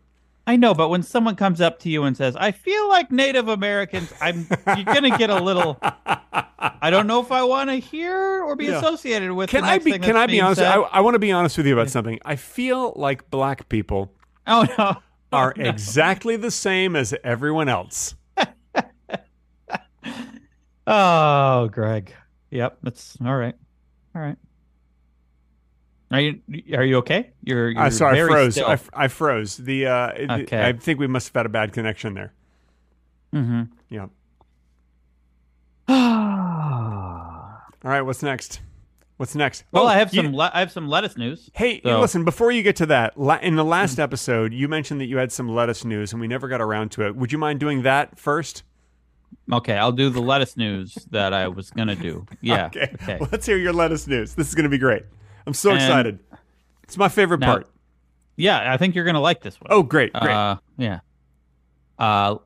S2: I know, but when someone comes up to you and says, "I feel like Native Americans," I'm you're gonna get a little. I don't know if I want to hear or be
S1: Yeah.
S2: associated with.
S1: Can
S2: the
S1: I
S2: next
S1: be
S2: thing
S1: can
S2: that's
S1: I be
S2: being
S1: honest? I,
S2: said.
S1: I want to be honest with you about something. I feel like black people
S2: oh no.
S1: are exactly the same as everyone else.
S2: Oh, Greg. Yep. That's all right. All right. Are you are you okay? You're. you're
S1: I Uh, sorry, I
S2: very
S1: froze.
S2: still.
S1: I, f- I froze. The uh, it-
S2: Okay.
S1: I think we must have had a bad connection there.
S2: Mhm. [SIGHS]
S1: Yeah. All right. What's next? What's next?
S2: well,
S1: Oh,
S2: I have Oh.
S1: you-
S2: some. le- I have some lettuce news.
S1: Hey,
S2: so-
S1: listen, before you get to that, la- in the last
S2: Mm.
S1: episode, you mentioned that you had some lettuce news and we never got around to it. Would you mind doing that first?
S2: Okay, I'll do the lettuce news that I was
S1: [LAUGHS]
S2: gonna do. [LAUGHS] Yeah.
S1: Okay. Let's hear your lettuce news. This is going to be great. I'm so
S2: And-
S1: excited. It's my favorite
S2: Now-
S1: part.
S2: Yeah, I think you're gonna like this one.
S1: Oh, great. Great.
S2: Uh, yeah. Uh,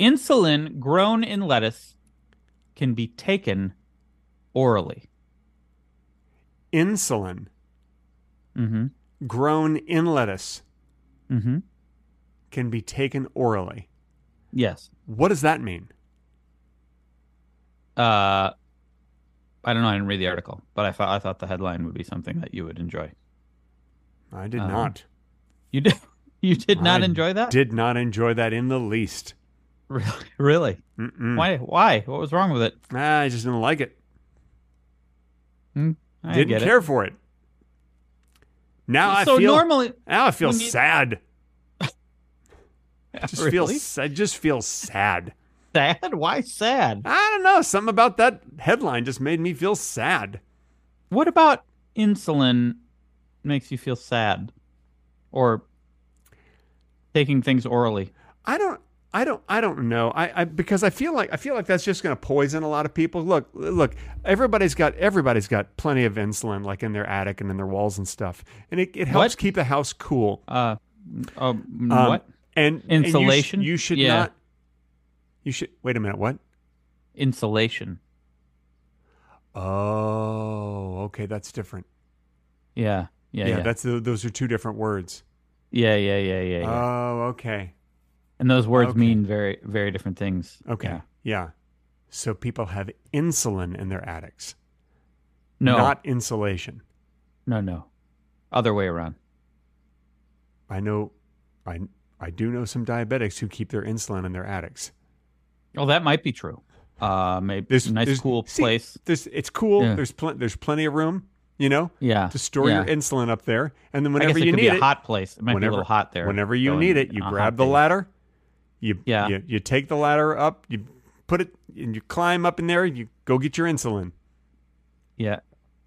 S2: insulin grown in lettuce can be taken orally.
S1: Insulin
S2: Mm-hmm.
S1: grown in lettuce
S2: Mm-hmm.
S1: can be taken orally.
S2: Yes.
S1: What does that mean?
S2: Uh, I don't know. I didn't read the article, but I thought I thought the headline would be something that you would enjoy.
S1: I did
S2: Um,
S1: not.
S2: You did. [LAUGHS] You did not
S1: I
S2: enjoy that.
S1: Did not enjoy that in the least.
S2: Really? Really?
S1: Mm-mm.
S2: Why? Why? What was wrong with it?
S1: Ah, I just didn't like it.
S2: Hmm, I
S1: didn't
S2: get it.
S1: care for it. Now
S2: so
S1: I feel
S2: normally,
S1: now I feel
S2: when you- [LAUGHS]
S1: sad. [LAUGHS] I just feel
S2: Really?
S1: s- I just feel sad.
S2: sad. Why sad?
S1: I don't know. Something about that headline just made me feel sad.
S2: What about insulin makes you feel sad, or taking things orally?
S1: I don't. I don't. I don't know. I, I because I feel like I feel like that's just going to poison a lot of people. Look, look. Everybody's got everybody's got plenty of insulin, like in their attic and in their walls and stuff, and it, it helps
S2: What?
S1: keep a house cool.
S2: Uh, um,
S1: Um,
S2: what
S1: and and you sh-
S2: Insulation?
S1: you, should
S2: Yeah.
S1: not. You should wait a minute. What?
S2: insulation?
S1: Oh, okay, that's different.
S2: Yeah, yeah, yeah,
S1: that's those are two different words.
S2: yeah, yeah, yeah, yeah. yeah.
S1: Oh, okay,
S2: and those words
S1: okay.
S2: mean very, very different things.
S1: okay,
S2: Yeah.
S1: yeah. So people have insulin in their attics,
S2: No,
S1: not insulation.
S2: no, no. Other way around.
S1: I know, I I do know some diabetics who keep their insulin in their attics.
S2: Well, that might be true. Uh, maybe
S1: There's
S2: nice,
S1: there's-
S2: cool
S1: see,
S2: place.
S1: There's it's cool.
S2: Yeah.
S1: There's plenty there's plenty of room, you know,
S2: Yeah,
S1: to store
S2: yeah.
S1: your insulin up there, and then
S2: I
S1: whenever
S2: guess it
S1: you
S2: could
S1: need
S2: be a
S1: it,
S2: hot place. It might be a
S1: whenever-
S2: little hot there.
S1: Whenever you
S2: going
S1: need it, you
S2: on hot
S1: grab the
S2: days.
S1: ladder, you,
S2: Yeah.
S1: you you take the ladder up, you put it, and you climb up in there. You go get your insulin.
S2: Yeah,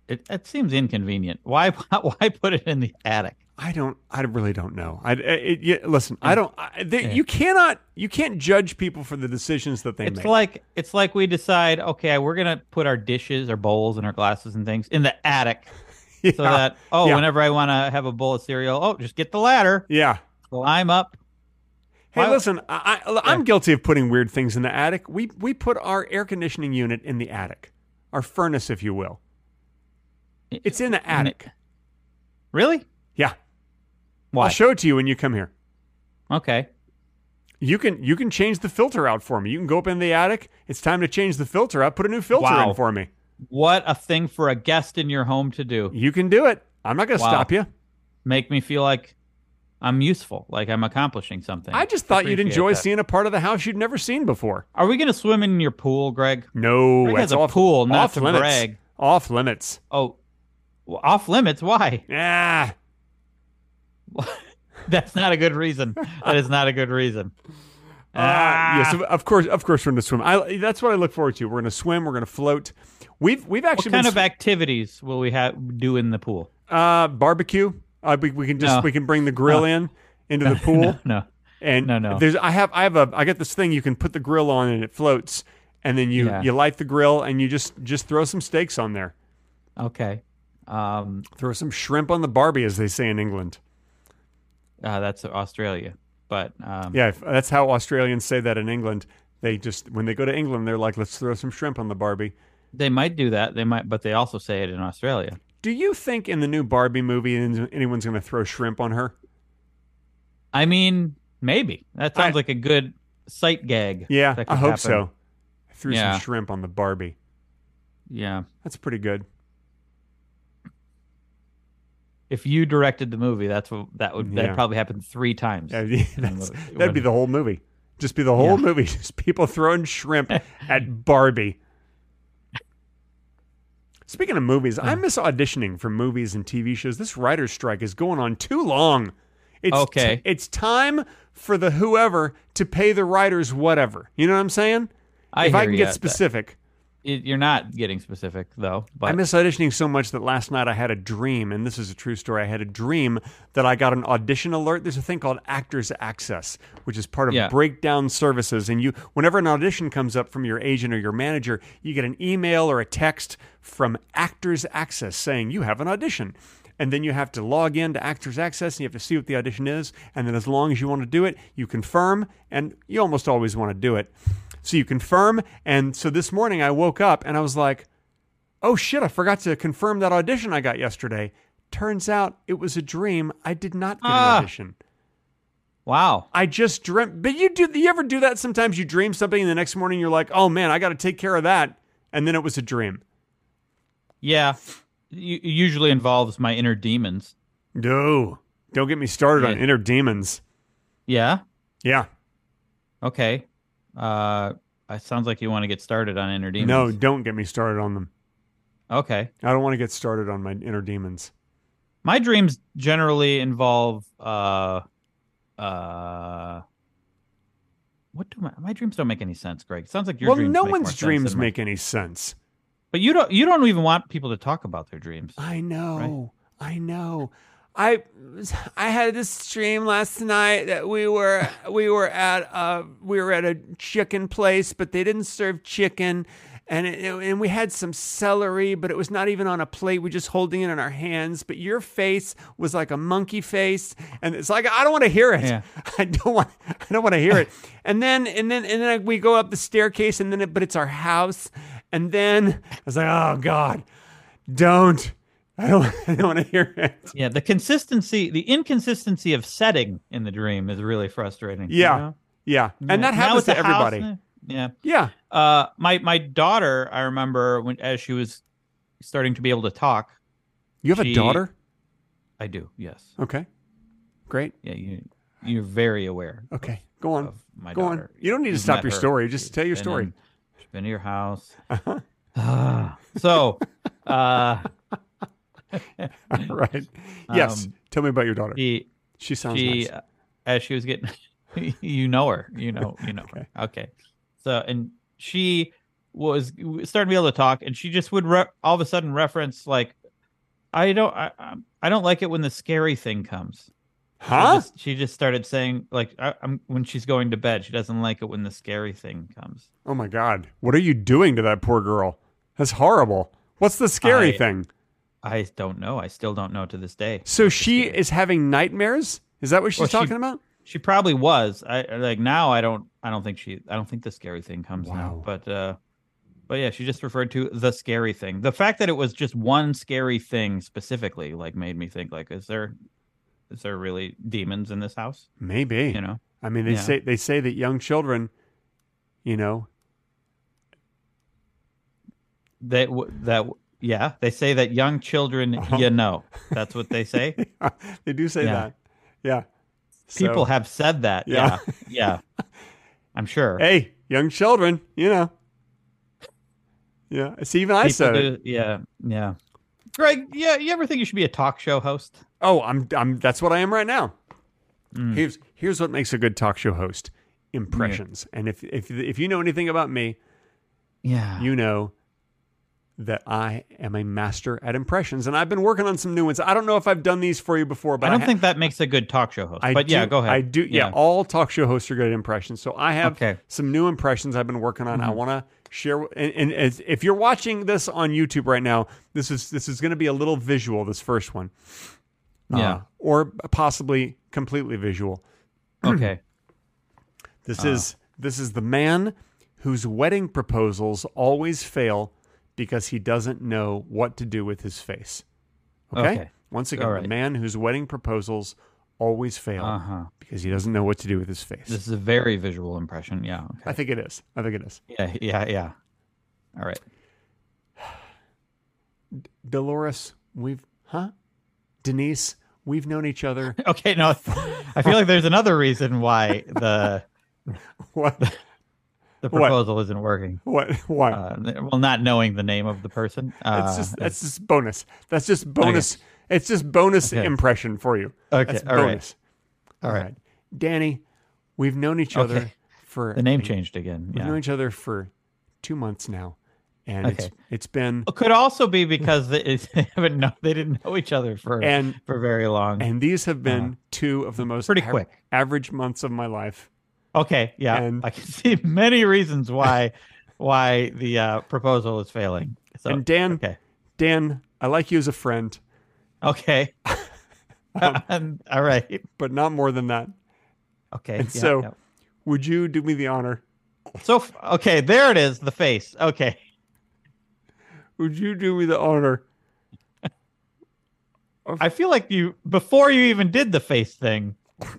S2: it, it seems inconvenient. Why? [LAUGHS] Why put it in the attic?
S1: I don't. I really don't know. I, I- it, yeah, listen. I don't. I, they, You cannot. You can't judge people for the decisions that they
S2: It's
S1: make.
S2: like it's like we decide. Okay, we're gonna put our dishes, our bowls, and our glasses and things in the
S1: [LAUGHS]
S2: attic,
S1: [LAUGHS] yeah.
S2: so that oh,
S1: Yeah.
S2: whenever I want to have a bowl of cereal, oh, just get the ladder,
S1: yeah.
S2: climb up.
S1: Hey,
S2: Why-
S1: listen. I, I, am guilty of putting weird things in the attic. We we put our air conditioning unit in the attic, our furnace, if you will. It's in the
S2: And it-
S1: attic.
S2: Really?
S1: Yeah.
S2: Why?
S1: I'll show it to you when you come here.
S2: okay.
S1: You can you can change the filter out for me. You can go up in the attic. It's time to change the filter out. Put a new filter
S2: Wow.
S1: in for me.
S2: What a thing for a guest in your home to do.
S1: You can do it. I'm not going to
S2: Wow.
S1: stop you.
S2: Make me feel like I'm useful, like I'm accomplishing something.
S1: I just thought you'd
S2: Appreciate
S1: enjoy
S2: that.
S1: seeing a part of the house you'd never seen before.
S2: Are we gonna swim in your pool, Greg?
S1: No,
S2: Greg
S1: that's
S2: has a
S1: off,
S2: pool, not
S1: off
S2: to
S1: limits.
S2: brag.
S1: Off limits. Ah.
S2: Oh, well, off limits. Why? [LAUGHS]
S1: Yeah.
S2: That's not a good reason. That is not a
S1: [LAUGHS]
S2: good reason.
S1: Ah. Yes, of- of course, of course, we're going to swim. I, that's what I look forward to. We're going to swim. We're going to float. We've we've
S2: What
S1: actually
S2: kind of
S1: been
S2: activities will we have do in the pool?
S1: s- uh, barbecue. Uh, we, we can just
S2: No.
S1: we can bring the grill in into the pool.
S2: [LAUGHS] No.
S1: And
S2: No, no.
S1: There's I have I have a I got this thing you can put the grill on and it floats, and then you
S2: Yeah.
S1: you light the grill and you just just throw some steaks on there.
S2: Okay. Um,
S1: Throw some shrimp on the barbie, as they say in England.
S2: uh, that's Australia, but um,
S1: Yeah, if- that's how Australians say that in England. They just when they go to England, they're like, let's throw some shrimp on the barbie.
S2: they might do that. They might, but they also say it in Australia.
S1: Do you think in the new Barbie movie an- anyone's going to throw shrimp on her?
S2: I mean, maybe that sounds
S1: I-
S2: like a good sight gag.
S1: Yeah,
S2: that
S1: I
S2: could
S1: hope
S2: happen.
S1: so. I threw
S2: Yeah.
S1: some shrimp on the Barbie.
S2: Yeah.
S1: That's pretty
S2: [LAUGHS]
S1: good.
S2: If you directed the movie, that's what that would
S1: Yeah.
S2: that probably happened three times.
S1: Yeah, that's-
S2: it
S1: that'd be
S2: wouldn't-
S1: the whole movie. Just be the whole
S2: Yeah.
S1: movie. [LAUGHS] Just people throwing shrimp
S2: [LAUGHS]
S1: at Barbie. Speaking of movies, I miss auditioning for movies and TV shows. This writer's strike is going on too long. It's
S2: Okay.
S1: t- it's time for the whoever to pay the writers whatever. You know what I'm saying?
S2: I
S1: if I
S2: hear
S1: can
S2: ya,
S1: get
S2: that-
S1: specific.
S2: It, you're not getting specific though. But
S1: I miss auditioning so much that last night I had a dream, and this is a true story. I had a dream that I got an audition alert. There's a thing called Actors Access, which is part of
S2: Yeah.
S1: Breakdown Services. And you, whenever an audition comes up from your agent or your manager, you get an email or a text from Actors Access saying you have an audition. And then you have to log in to Actors Access and you have to see what the audition is. And then, as long as you want to do it, you confirm, and you almost always want to do it. So you confirm. And so this morning I woke up and I was like, oh shit, I forgot to confirm that audition I got yesterday. Turns out it was a dream. I did not get
S2: Ah.
S1: an audition.
S2: wow.
S1: I just dreamt. But you do you ever do that sometimes you dream something and the next morning you're like, "Oh man, I got to take care of that." And then it was a dream.
S2: Yeah. U- it usually involves my inner demons.
S1: No, don't get me started on
S2: Yeah.
S1: inner demons.
S2: Yeah.
S1: Yeah,
S2: Okay. Uh, it sounds like you want to get started on inner
S1: no,
S2: demons.
S1: don't get me started on them.
S2: No. Okay.
S1: I don't want to get started on my inner demons.
S2: My dreams generally involve uh uh what do my my dreams don't make any sense, Greg. It sounds like your
S1: well,
S2: dreams
S1: no
S2: make more
S1: one's
S2: sense
S1: dreams
S2: than mine.
S1: make any sense.
S2: But you don't you don't even want people to talk about their dreams.
S1: I know. I know. I I had this dream last night that we were we were at a we were at a chicken place, but they didn't serve chicken, and it, and we had some celery, but it was not even on a plate. We just holding it in our hands. But your face was like a monkey face, and it's like I don't want to hear it.
S2: Yeah.
S1: [LAUGHS] I don't want I don't want to hear it. And then and then and then we go up the staircase, and then it, but it's our house, and then I was like, oh God don't. I don't. [LAUGHS] I don't want to hear it.
S2: Yeah, the consistency, the inconsistency of setting in the dream is really frustrating. you
S1: Yeah,
S2: know?
S1: yeah.
S2: Yeah.
S1: And that
S2: Now
S1: happens
S2: it's a
S1: to
S2: house,
S1: everybody.
S2: eh, Yeah.
S1: Yeah,
S2: Uh, my my daughter, I remember when as she was starting to be able to talk.
S1: you have a
S2: She-
S1: daughter.
S2: I do. Yes.
S1: Okay, great.
S2: Yeah. You you're very aware.
S1: Okay, go on.
S2: of my
S1: go
S2: daughter.
S1: on. You don't need to
S2: You've
S1: stop
S2: met
S1: your
S2: her.
S1: story. Just tell your
S2: Been
S1: story. Uh-huh.
S2: in- she's been to your house. Ah.
S1: [LAUGHS]
S2: so, uh,
S1: All [LAUGHS] right. Yes.
S2: Um,
S1: tell me about your daughter.
S2: she,
S1: She sounds
S2: she,
S1: nice.
S2: uh, as she was getting, [LAUGHS] you know her, you know, you know
S1: [LAUGHS]
S2: her. Okay. So, and she was starting to be able to talk, and she just would re- all of a sudden reference like, I don't, I, I'm- I don't like it when the scary thing comes. She
S1: huh?
S2: just- she just started saying like, I, I'm when she's going to bed, she doesn't like it when the scary thing comes.
S1: oh my God! What are you doing to that poor girl? That's horrible. What's the scary
S2: I-
S1: thing?
S2: I don't know. I still don't know to this day.
S1: So she is having nightmares. Is that what she's
S2: Well, she-
S1: talking about?
S2: She probably was. I like now. I don't. I don't think she. I don't think the scary thing comes now.
S1: Wow.
S2: But uh, but yeah, she just referred to the scary thing. The fact that it was just one scary thing specifically, like, made me think like, is there, is there really demons in this house?
S1: Maybe.
S2: You know.
S1: I mean, they
S2: Yeah.
S1: say they say that young children, you know,
S2: That w- that w- yeah. They say that young children,
S1: Uh-huh.
S2: you know, that's what they say.
S1: they do say
S2: Yeah.
S1: that. Yeah. [LAUGHS] So-
S2: People have said that.
S1: Yeah.
S2: Yeah. Yeah. I'm sure.
S1: Hey, young children, you know. Yeah. See, even I
S2: People
S1: said it.
S2: do- yeah. Yeah. Greg, yeah, you ever think you should be a talk show host?
S1: Oh, I'm I'm that's what I am right now.
S2: Mm.
S1: Here's here's what makes a good talk show host. Impressions. And if if if you know anything about me,
S2: Yeah.
S1: you know that I am a master at impressions and I've been working on some new ones. I don't know if I've done these for you before, but
S2: I don't
S1: ha-
S2: think that makes a good talk show host.
S1: I
S2: but yeah,
S1: do-
S2: go ahead.
S1: I do. Yeah. all talk show hosts are good at impressions. So I have
S2: Okay. Mm-hmm.
S1: some new impressions I've been working on. I want to share. And, and as, if you're watching this on YouTube right now, this is this is going to be a little visual. This first one, Uh,
S2: Yeah.
S1: or possibly completely visual.
S2: okay. Uh.
S1: This is this is the man whose wedding proposals always fail because he doesn't know what to do with his face. Okay.
S2: Okay.
S1: Once again,
S2: All right.
S1: the man whose wedding proposals always fail
S2: Uh-huh.
S1: because he doesn't know what to do with his face.
S2: This is a very visual impression. Yeah.
S1: I
S2: Okay.
S1: think it is. I think it is.
S2: Yeah. Yeah. Yeah. All right.
S1: Dolores, we've huh? Denise, we've known each
S2: [LAUGHS]
S1: other.
S2: Okay. No, I feel like there's another reason why the
S1: What?
S2: the
S1: What?
S2: proposal isn't working.
S1: What? What?
S2: Uh, well, not knowing the name of the person. Uh,
S1: it's just that's just bonus. That's just bonus. It's just bonus
S2: Okay.
S1: impression for you.
S2: Okay,
S1: That's
S2: all right.
S1: bonus.
S2: all right.
S1: Danny, we've known each other
S2: Okay.
S1: for
S2: The name changed again.
S1: We've
S2: Yeah.
S1: known each other for two months now, and it's
S2: Okay.
S1: it's been
S2: It could also be because they, [LAUGHS] it's- they haven't know they didn't know each other for
S1: And-
S2: for very long.
S1: and these have been two of the most
S2: Uh-huh. pretty quick.
S1: average months of my life.
S2: Okay, yeah,
S1: And-
S2: I can [LAUGHS] see many reasons why why the uh, proposal is failing. So,
S1: and Dan,
S2: Oh, okay,
S1: Dan, I like you as a friend, [LAUGHS]
S2: okay, And- [LAUGHS] all right,
S1: but not more than that. Um, [LAUGHS]
S2: okay.
S1: And
S2: yeah,
S1: so,
S2: yeah.
S1: would you do me the honor?
S2: so f- okay, there it is, the face. Okay,
S1: Would you do me the honor? Oh.
S2: I feel like you before you even did the face thing,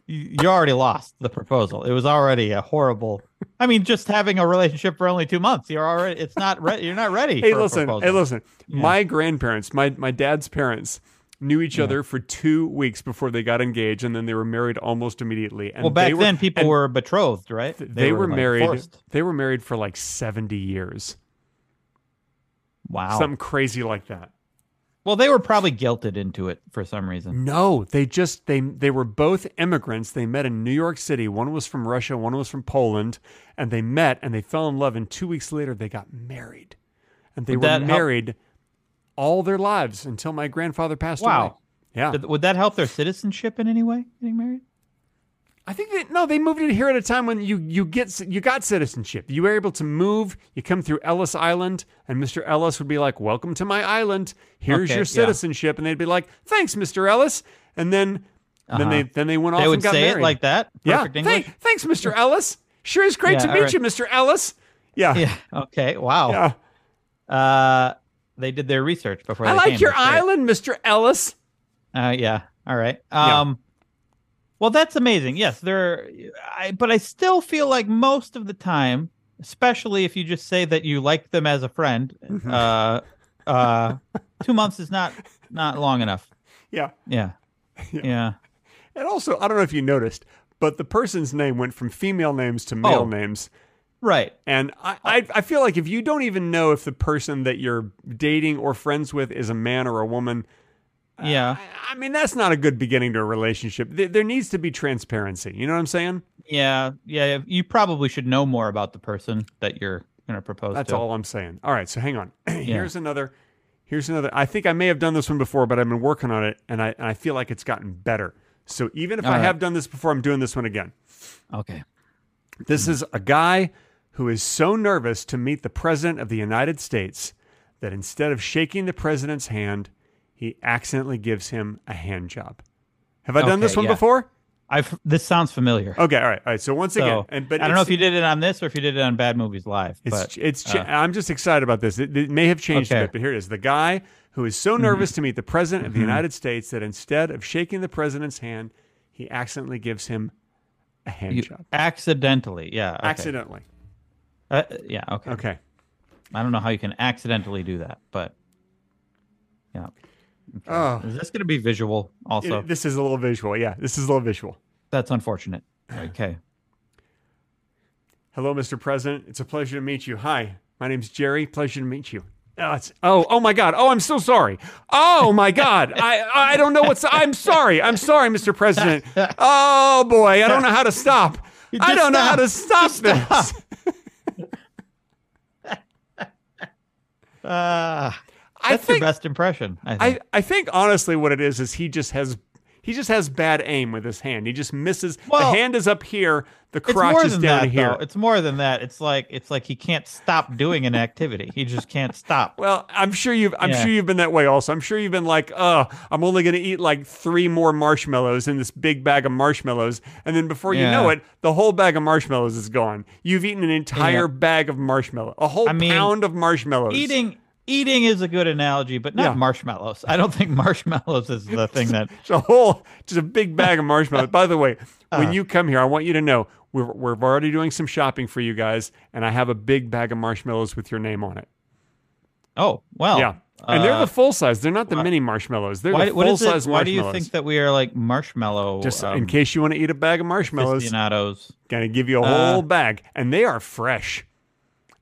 S2: you, you already lost the proposal. It was already a horrible. I mean, just having a relationship for only two months, you're already it's not re- you're not ready.
S1: Hey,
S2: for a
S1: listen. Hey,
S2: proposal.
S1: listen. My grandparents, my my dad's parents, knew each other for two weeks before they got engaged, and then they were married almost immediately. And
S2: Well, back
S1: they were,
S2: then people
S1: and
S2: were betrothed, right?
S1: They, were,
S2: like,
S1: married.
S2: forced.
S1: They were married for like seventy years,
S2: Wow.
S1: something crazy like that.
S2: well, they were probably guilted into it for some reason.
S1: No, they just they they were both immigrants. They met in New York City. One was from Russia, one was from Poland, and they met and they fell in love and 2 weeks later they got married. And they
S2: Would
S1: were
S2: that help-
S1: married all their lives until my grandfather passed away.
S2: Wow.
S1: Yeah.
S2: Did- would that help their citizenship in any way? Getting married?
S1: I think that no, they moved it here at a time when you you get ci- you got citizenship. You were able to move. You come through Ellis Island, and Mr. Ellis would be like, "Welcome to my island. Here's
S2: Okay,
S1: your
S2: yeah.
S1: citizenship," and they'd be like, "Thanks, Mr. Ellis." And then then they then they went off
S2: Uh-huh. They would
S1: and got
S2: say
S1: married.
S2: it like that.
S1: yeah,
S2: Perfect English.
S1: "Thank- thanks, Mr. Ellis. Sure is great
S2: Yeah,
S1: to
S2: all
S1: meet
S2: right.
S1: you, Mr. Ellis. Yeah,
S2: Yeah. Oh, Okay. Wow.
S1: yeah.
S2: Uh, they did their research before.
S1: I
S2: they
S1: like
S2: came.
S1: your
S2: That's great.
S1: island, Mr. Ellis.
S2: Uh, yeah. All right.
S1: Yeah.
S2: Um, well, that's amazing. Yes, there. I but I still feel like most of the time, especially if you just say that you like them as a friend,
S1: Mm-hmm.
S2: uh, uh, [LAUGHS] two months is not not long enough.
S1: Yeah,
S2: Yeah. Yeah.
S1: and also I don't know if you noticed, but the person's name went from female names to male
S2: Oh.
S1: names.
S2: Right.
S1: And I, I, I feel like if you don't even know if the person that you're dating or friends with is a man or a woman,
S2: Yeah.
S1: Uh, I mean, that's not a good beginning to a relationship. There, there needs to be transparency. You know what I'm saying?
S2: Yeah. Yeah. You probably should know more about the person that you're going to propose
S1: That's
S2: to.
S1: all I'm saying. All right, so hang on. [CLEARS THROAT] Here's another. Here's another. I think I may have done this one before, but I've been working on it, and I, and I feel like it's gotten better. So even if
S2: All
S1: I
S2: right.
S1: have done this before, I'm doing this one again.
S2: Okay.
S1: This is a guy who is so nervous to meet the President of the United States that instead of shaking the President's hand, he accidentally gives him a hand job. Have I done
S2: Okay,
S1: this one
S2: yeah.
S1: before?
S2: I've. This sounds familiar.
S1: Okay, all right, all right. So Oh, once again,
S2: So,
S1: and but
S2: I don't know
S1: it's-
S2: if you did it on this or if you did it on Bad Movies Live.
S1: It's
S2: but,
S1: it's.
S2: uh,
S1: cha- I'm just excited about this. It, it may have changed a
S2: Okay. Mm-hmm.
S1: bit, but here it is. The guy who is so nervous to meet the president of the United States that instead of shaking the president's hand, he accidentally gives him a hand
S2: You-
S1: job.
S2: accidentally, yeah. okay.
S1: Accidentally.
S2: Uh, yeah, okay.
S1: Okay.
S2: I don't know how you can accidentally do that, but yeah.
S1: Oh,
S2: Is this going to be visual also?
S1: it- this is a little visual. Yeah, this is a little visual.
S2: That's unfortunate. Okay.
S1: Hello, Mr. President. It's a pleasure to meet you. Hi, my name's Jerry. Pleasure to meet you. Oh, it's, oh, oh my God. Oh, I'm so sorry. Oh my
S2: [LAUGHS]
S1: God. I, I don't know what's. I'm sorry. I'm sorry, Mr. President. Oh boy, I don't know how to stop. I
S2: Just
S1: don't know how to stop this.
S2: Uh, that's
S1: I
S2: your
S1: think.
S2: best impression. I think.
S1: I, I think honestly, what it is is he just has. He just has bad aim with his hand. He just misses.
S2: Well,
S1: the hand is up here. The
S2: it's
S1: crotch
S2: more
S1: is
S2: than
S1: down
S2: that,
S1: here.
S2: though. It's more than that. It's like it's like he can't stop doing an activity. He just can't stop.
S1: Well, I'm sure you've I'm
S2: Yeah.
S1: sure you've been that way also. I'm sure you've been like, oh, I'm only gonna eat like three more marshmallows in this big bag of marshmallows, and then before you know
S2: Yeah.
S1: it, the whole bag of marshmallows is gone. You've eaten an entire
S2: Yeah.
S1: bag of marshmallow, a whole
S2: I mean,
S1: pound of marshmallows.
S2: Eating eating is a good analogy, but not
S1: Yeah.
S2: marshmallows. I don't [LAUGHS] think marshmallows is the thing that
S1: It's a whole, just a big bag of marshmallows. By the
S2: [LAUGHS]
S1: way,
S2: Uh.
S1: when you come here, I want you to know we're we're already doing some shopping for you guys, and I have a big bag of marshmallows with your name on it.
S2: Oh, well.
S1: yeah. And they're
S2: uh,
S1: the full size. They're not the mini marshmallows. They're
S2: why,
S1: the
S2: what
S1: full
S2: is
S1: size
S2: it?
S1: marshmallows.
S2: Why do you think that we are like marshmallow
S1: Just in
S2: um,
S1: case you want to eat a bag of marshmallows,
S2: aficionados?
S1: gonna give you a
S2: uh,
S1: whole bag, and they are fresh.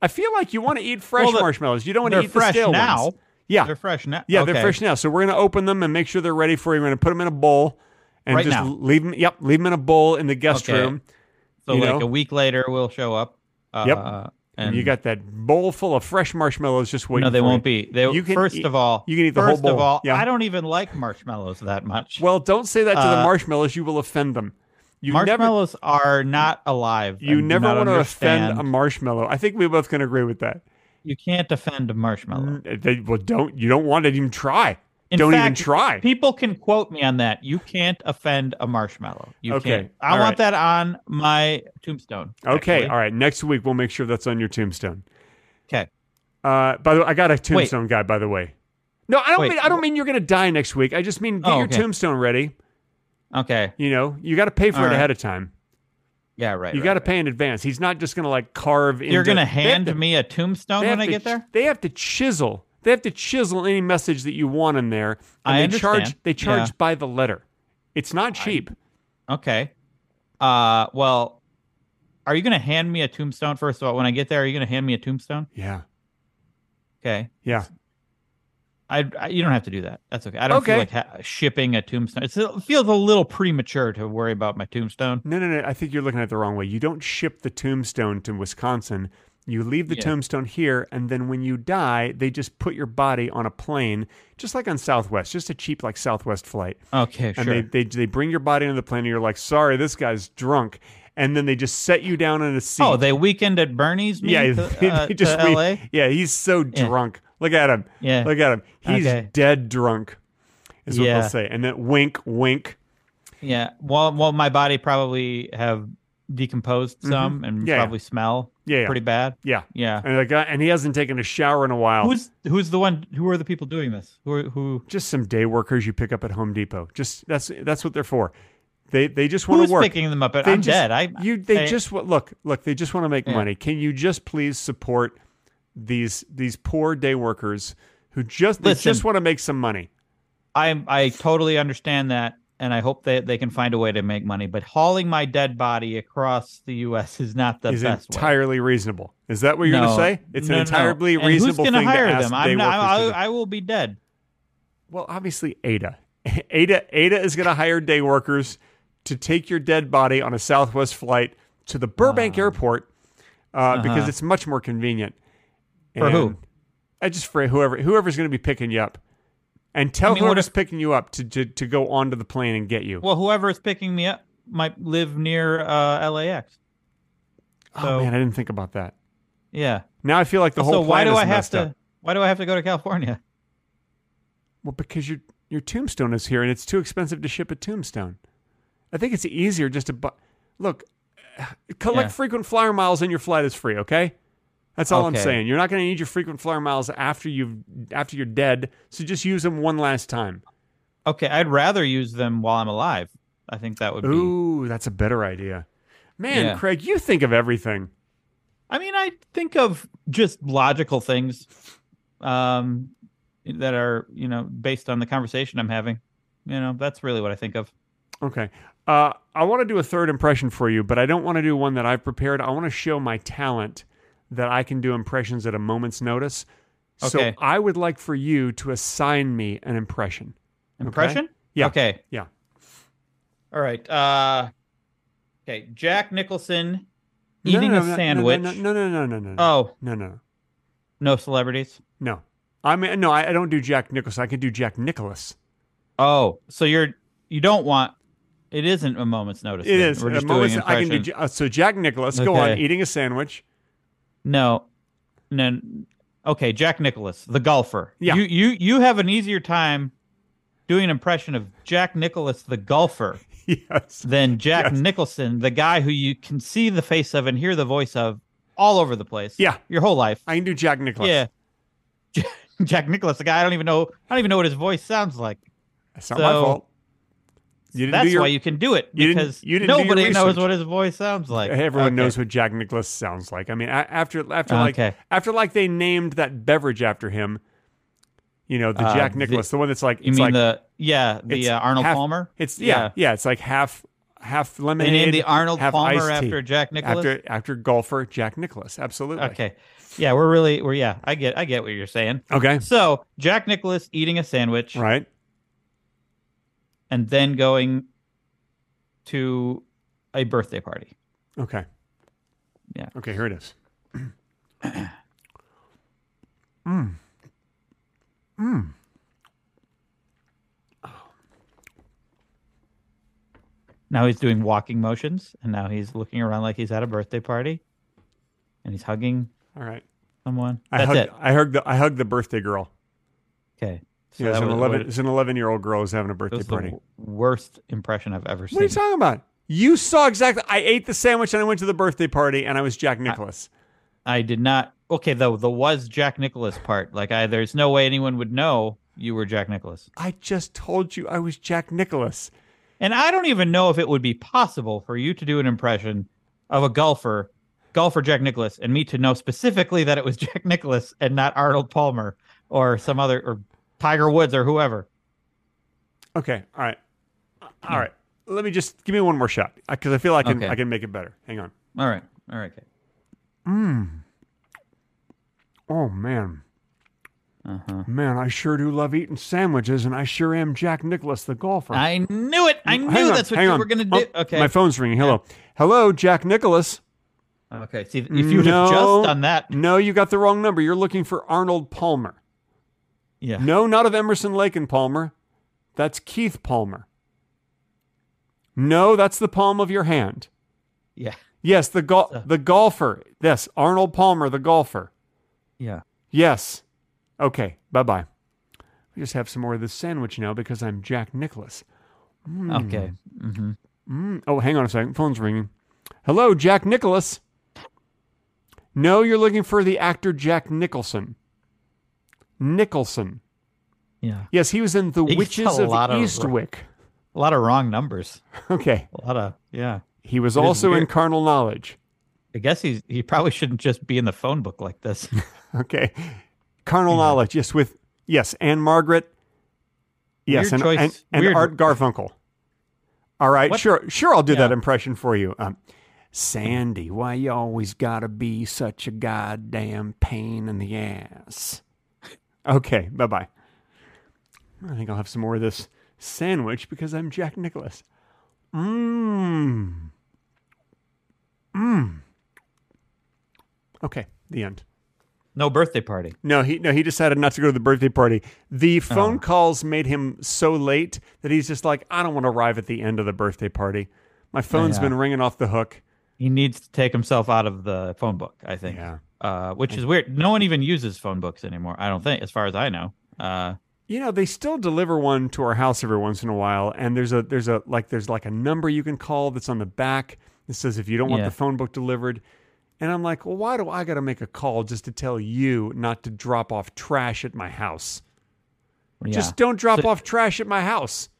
S1: I feel like you want to eat fresh
S2: Well, the-
S1: marshmallows. You don't want to
S2: they're
S1: eat the
S2: fresh
S1: stale
S2: now.
S1: ones. Yeah,
S2: They're fresh now.
S1: yeah,
S2: Okay.
S1: they're fresh now. So we're gonna open them and make sure they're ready for you. We're gonna put them in a bowl and
S2: Right
S1: just
S2: now.
S1: leave them. Yep, leave them in a bowl in the guest
S2: Okay.
S1: room.
S2: So
S1: you
S2: like
S1: know.
S2: a week later, we'll show up. Uh,
S1: Yep.
S2: And,
S1: you got that bowl full of fresh marshmallows just waiting.
S2: no, they
S1: for
S2: won't
S1: you.
S2: be. They
S1: You can
S2: first
S1: eat-
S2: of all,
S1: you can eat the whole
S2: first of
S1: bowl.
S2: all,
S1: Yeah.
S2: I don't even like marshmallows that much.
S1: Well, don't say that to the
S2: Uh,
S1: marshmallows. You will offend them. You never,
S2: marshmallows are not alive.
S1: you
S2: and do
S1: never
S2: not
S1: want to offend a
S2: understand.
S1: marshmallow. I think we both can agree with that.
S2: You can't offend a marshmallow.
S1: Uh, They, well, don't you don't want to even try.
S2: In
S1: don't even
S2: fact,
S1: try.
S2: People can quote me on that. You can't offend a marshmallow. You
S1: Okay.
S2: can't. I
S1: All
S2: want
S1: right.
S2: that on my tombstone.
S1: Okay,
S2: actually.
S1: all right. Next week we'll make sure that's on your tombstone.
S2: Okay.
S1: Uh, by the way, I got a tombstone guy. By the way, no, I don't
S2: Wait,
S1: mean I don't
S2: wh-
S1: mean you're gonna die next week. I just mean get
S2: Oh,
S1: your
S2: okay.
S1: tombstone ready.
S2: Okay.
S1: You know, you got to pay for
S2: All
S1: it
S2: right.
S1: ahead of time.
S2: Yeah, right.
S1: you
S2: right,
S1: got to
S2: right.
S1: pay in advance. He's not just going to like carve.
S2: You're
S1: into- They
S2: gonna
S1: have
S2: hand
S1: to-
S2: me a tombstone
S1: they have
S2: when I
S1: to
S2: get
S1: ch-
S2: there?
S1: They have to chisel. They have to chisel any message that you want in there. And
S2: I
S1: they charge.
S2: understand.
S1: They charge
S2: Yeah.
S1: by the letter. It's not cheap.
S2: Okay. Uh, well, are you gonna hand me a tombstone first of all? When I get there, are you gonna hand me a tombstone?
S1: yeah.
S2: Okay.
S1: Yeah.
S2: I, I you don't have to do that. That's okay. I don't
S1: Okay.
S2: feel like ha- shipping a tombstone. It's, it feels a little premature to worry about my tombstone.
S1: No, no, no. I think you're looking at it the wrong way. You don't ship the tombstone to Wisconsin. You leave the
S2: Yeah.
S1: tombstone here, and then when you die, they just put your body on a plane, just like on Southwest, just a cheap like Southwest flight.
S2: Okay,
S1: And
S2: sure.
S1: they, they they bring your body onto the plane, and you're like, sorry, this guy's drunk, and then they just set you down in a seat.
S2: oh, they weekend at Bernie's. Me
S1: [LAUGHS] yeah,
S2: to,
S1: they
S2: uh,
S1: just
S2: to
S1: we-
S2: LA.
S1: yeah, he's so drunk. Look at him.
S2: Yeah.
S1: look at him. He's
S2: Okay.
S1: dead drunk, is what
S2: Yeah.
S1: they'll say. And then wink, wink.
S2: Yeah. Well, well, my body probably have decomposed some and
S1: Mm-hmm. Yeah, yeah.
S2: probably smell
S1: Yeah, yeah.
S2: pretty bad.
S1: Yeah,
S2: Yeah.
S1: And the guy, and he hasn't taken a shower in a while.
S2: Who's who's the one? Who are the people doing this? Who are, who
S1: just some day workers you pick up at Home Depot. Just that's that's what they're for. They they just want
S2: who's
S1: to work.
S2: picking them up?
S1: They
S2: I'm
S1: just-
S2: dead. I
S1: you they
S2: I-
S1: just wa- look look they just want to make money. Can you just please support these these poor day workers who just they
S2: Listen.
S1: just want to make some money?
S2: I I totally understand that, and I hope that they can find a way to make money. But hauling my dead body across the U.S. is not the
S1: is
S2: best way.
S1: entirely reasonable. Is that what you're
S2: No,
S1: going to say? It's
S2: no,
S1: an
S2: no.
S1: entirely
S2: And
S1: reasonable
S2: who's gonna
S1: thing
S2: hire
S1: to ask
S2: them?
S1: day
S2: I'm not,
S1: workers
S2: I,
S1: to do.
S2: I will be dead.
S1: Well, obviously Ada. [LAUGHS] Ada Ada is going to hire day workers to take your dead body on a Southwest flight to the Burbank
S2: Ah.
S1: airport uh, because it's much more convenient.
S2: Uh-huh. For who?
S1: And I just for whoever whoever's going to be picking you up. And tell
S2: mean, what
S1: whoever's picking you up to, to to go onto the plane and get you.
S2: Well, whoever is picking me up might live near uh, LAX.
S1: oh
S2: so-
S1: man, I didn't think about that.
S2: Yeah.
S1: Now I feel like the
S2: so
S1: whole
S2: why
S1: plan
S2: do
S1: is
S2: I have
S1: messed
S2: to?
S1: up.
S2: Why do I have to go to California?
S1: Well, because your your tombstone is here, and it's too expensive to ship a tombstone. I think it's easier just to bu- look. [SIGHS] Collect
S2: Yeah.
S1: frequent flyer miles, and your flight is free. Okay, that's all I'm
S2: Okay.
S1: saying. You're not going to need your frequent flyer miles after you've after you're dead, so just use them one last time.
S2: Okay, I'd rather use them while I'm alive. I think that would be.
S1: Ooh, that's a better idea. Man,
S2: Yeah.
S1: Craig, you think of everything.
S2: I mean, I think of just logical things um, that are, you know, based on the conversation I'm having. You know, that's really what I think of.
S1: Okay. Uh, I want to do a third impression for you, but I don't want to do one that I've prepared. I want to show my talent that I can do impressions at a moment's notice.
S2: Okay.
S1: So I would like for you to assign me an impression. Okay?
S2: Impression?
S1: Yeah.
S2: Okay.
S1: Yeah.
S2: All right. Uh, okay. Jack Nicholson
S1: No, no,
S2: eating
S1: no, no,
S2: a
S1: no,
S2: sandwich.
S1: No, no, no, no, no, no. no.
S2: Oh,
S1: No, no, no.
S2: no celebrities.
S1: No. I mean, no, I, I don't do Jack Nicholson. I can do Jack Nicholas.
S2: Oh, so you're you don't want. It isn't a moment's notice.
S1: It
S2: then.
S1: is.
S2: We're
S1: at a
S2: just doing
S1: moment's- I
S2: impressions.
S1: can do. J- Uh, so Jack Nicholas, go on,
S2: Okay.
S1: eating a sandwich. [LAUGHS]
S2: No, no. Okay, Jack Nicholas, the golfer.
S1: Yeah.
S2: you you you have an easier time doing an impression of Jack Nicholas, the golfer,
S1: yes.
S2: than Jack
S1: Yes.
S2: Nicholson, the guy who you can see the face of and hear the voice of all over the place.
S1: Yeah.
S2: your whole life.
S1: I can do Jack Nicholas.
S2: yeah, [LAUGHS] Jack Nicholas, the guy I don't even know. I don't even know what his voice sounds like.
S1: That's not my
S2: So-
S1: fault. You didn't do
S2: That's
S1: your-
S2: why you can do it
S1: you didn't-
S2: because
S1: you didn't do your
S2: nobody knows
S1: research.
S2: what his voice sounds like.
S1: Everyone
S2: Okay.
S1: knows what Jack Nicholas sounds like. I mean, a- after after like
S2: Okay.
S1: after like they named that beverage after him, you know, the
S2: Uh,
S1: Jack
S2: the-
S1: Nicholas, the, one that's like
S2: You
S1: it's
S2: mean
S1: like
S2: the yeah the
S1: it's
S2: uh, Arnold
S1: half-
S2: Palmer?
S1: It's yeah, yeah, it's like half half
S2: They
S1: lemonade.
S2: named the Arnold
S1: half
S2: Palmer
S1: iced tea.
S2: after Jack Nicholas.
S1: after after golfer Jack Nicholas. Absolutely.
S2: Okay. Yeah, we're really we're yeah, I get I get what you're saying.
S1: Okay.
S2: So Jack Nicholas eating a sandwich
S1: Right.
S2: and then going to a birthday party.
S1: Okay.
S2: Yeah.
S1: Okay. Here it is.
S2: Now he's doing walking motions and now he's looking around like he's at a birthday party and he's hugging
S1: All right.
S2: someone.
S1: I
S2: That's
S1: hugged,
S2: it.
S1: I hugged the I hugged the birthday girl.
S2: Okay. So
S1: Yeah, it's
S2: that
S1: an
S2: was,
S1: eleven.
S2: what-
S1: It's an eleven year old girl who's having a
S2: that
S1: birthday
S2: was the
S1: party.
S2: w- worst impression I've ever
S1: What are you
S2: seen.
S1: talking about? You saw exactly. I ate the sandwich and I went to the birthday party and I was Jack Nicholas.
S2: I did not Okay, though the was Jack Nicholas part. Like I there's no way anyone would know you were Jack Nicholas.
S1: I just told you I was Jack Nicholas.
S2: And I don't even know if it would be possible for you to do an impression of a golfer, golfer Jack Nicholas, and me to know specifically that it was [LAUGHS] Jack Nicholas and not Arnold Palmer or some other or Tiger Woods or whoever.
S1: Okay. All right. All right. Let me just give me one more shot because I feel I can
S2: Okay.
S1: I can make it better. Hang on.
S2: All right, all right, Kate.
S1: Oh man.
S2: Uh-huh.
S1: Man, I sure do love eating sandwiches, and I sure am Jack Nicholas, the golfer.
S2: I knew it. I knew
S1: Hang on,
S2: that's what
S1: hang
S2: you
S1: on.
S2: were gonna do.
S1: Oh,
S2: okay,
S1: My phone's ringing. Hello. Hello, Jack Nicholas.
S2: okay. See, if you would
S1: no,
S2: have just done that,
S1: No, you got the wrong number. You're looking for Arnold Palmer.
S2: yeah.
S1: [LAUGHS] No, not of Emerson Lake and Palmer. That's Keith Palmer. No, that's the palm of your hand.
S2: Yeah.
S1: Yes, the gol- the golfer. Yes, Arnold Palmer, the golfer.
S2: Yeah.
S1: Yes. Okay. Bye bye. I just have some more of this sandwich now because I'm Jack Nicholas. Hmm.
S2: Okay.
S1: Mm, Oh, hang on a second. Phone's ringing. Hello, Jack Nicholas. No, you're looking for the actor Jack Nicholson. Nicholson.
S2: Yeah.
S1: Yes, he was in The
S2: He's got
S1: Witches
S2: a
S1: of
S2: lot of-
S1: Eastwick.
S2: A lot of wrong numbers.
S1: [LAUGHS] Okay.
S2: A lot of yeah.
S1: He was
S2: is
S1: also in
S2: weird.
S1: Carnal Knowledge.
S2: I guess he's he probably shouldn't just be in the phone book
S1: [LAUGHS]
S2: like this.
S1: Okay. Carnal Knowledge. Yes, with yes, Anne Margaret. Yes,
S2: Weird
S1: and,
S2: choice.
S1: and, and
S2: Weird.
S1: Art Garfunkel. All right,
S2: What?
S1: sure, sure, I'll do that
S2: Yeah.
S1: impression for you. Um, Sandy, why you always gotta be such a goddamn pain in the ass? Okay, bye bye. I think I'll have some more of this sandwich because I'm Jack Nicholas. Mmm. Mmm. Okay, the end.
S2: No birthday party.
S1: No, he no, he decided not to go to the birthday party. The
S2: Oh.
S1: phone calls made him so late that he's just like, I don't want to arrive at the end of the birthday party. My phone's
S2: Yeah.
S1: been ringing off the hook.
S2: He needs to take himself out of the phone book. I think.
S1: Yeah.
S2: Uh, which is weird. No one even uses phone books anymore. I don't think, as far as I know. Uh,
S1: You know, they still deliver one to our house every once in a while, and there's a there's a like there's like a number you can call that's on the back that says if you don't want
S2: Yeah.
S1: the phone book delivered. And I'm like, well, why do I got to make a call just to tell you not to drop off trash at my house?
S2: yeah.
S1: Just don't drop
S2: So-
S1: off trash at my house.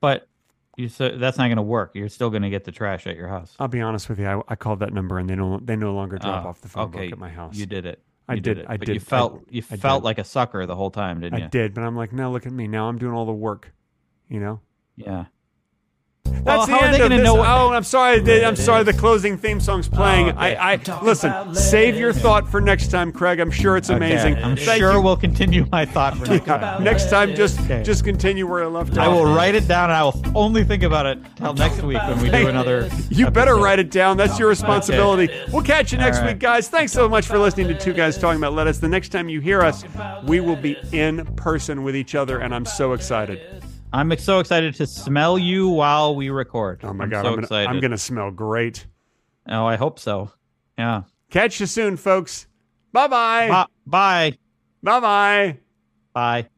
S2: But you so that's not going to work. You're still going to get the trash at your house.
S1: I'll be honest with you. I, I called that number, and they no they no longer drop
S2: Oh,
S1: off the phone
S2: okay.
S1: book at my house.
S2: You did it.
S1: I
S2: You
S1: did-
S2: it.
S1: I
S2: but
S1: did-
S2: You
S1: I-
S2: felt you
S1: I
S2: felt
S1: did.
S2: like a sucker the whole time, didn't
S1: I
S2: you?
S1: did, but I'm like, now look at me. Now I'm doing all the work. You know.
S2: Yeah.
S1: That's
S2: how
S1: the
S2: are
S1: end
S2: they
S1: of
S2: gonna
S1: this.
S2: know-
S1: oh, I'm sorry. the- I'm sorry. The closing theme song's
S2: Oh,
S1: playing. I, I listen. Save your thought for next time, Craig. I'm sure it's amazing.
S2: Okay, I'm
S1: Thank
S2: sure
S1: you.
S2: we'll continue my thought
S1: [LAUGHS]
S2: for next time.
S1: next time, just
S2: Okay.
S1: just continue where I left
S2: I
S1: off.
S2: will write it down and I will only think about it till next week when we do another.
S1: You better write it down. That's your responsibility. We'll catch you next week, guys. Thanks so much for listening to Two Guys Talking About Lettuce. The next time you hear us, we will be in person with each other, and I'm so excited.
S2: I'm so excited to smell you while we record.
S1: Oh my
S2: I'm
S1: God,
S2: so
S1: I'm gonna,
S2: excited.
S1: I'm gonna smell great.
S2: Oh, I hope so. Yeah.
S1: Catch you soon, folks. Bye bye.
S2: Bye. Bye.
S1: Bye bye.
S2: Bye.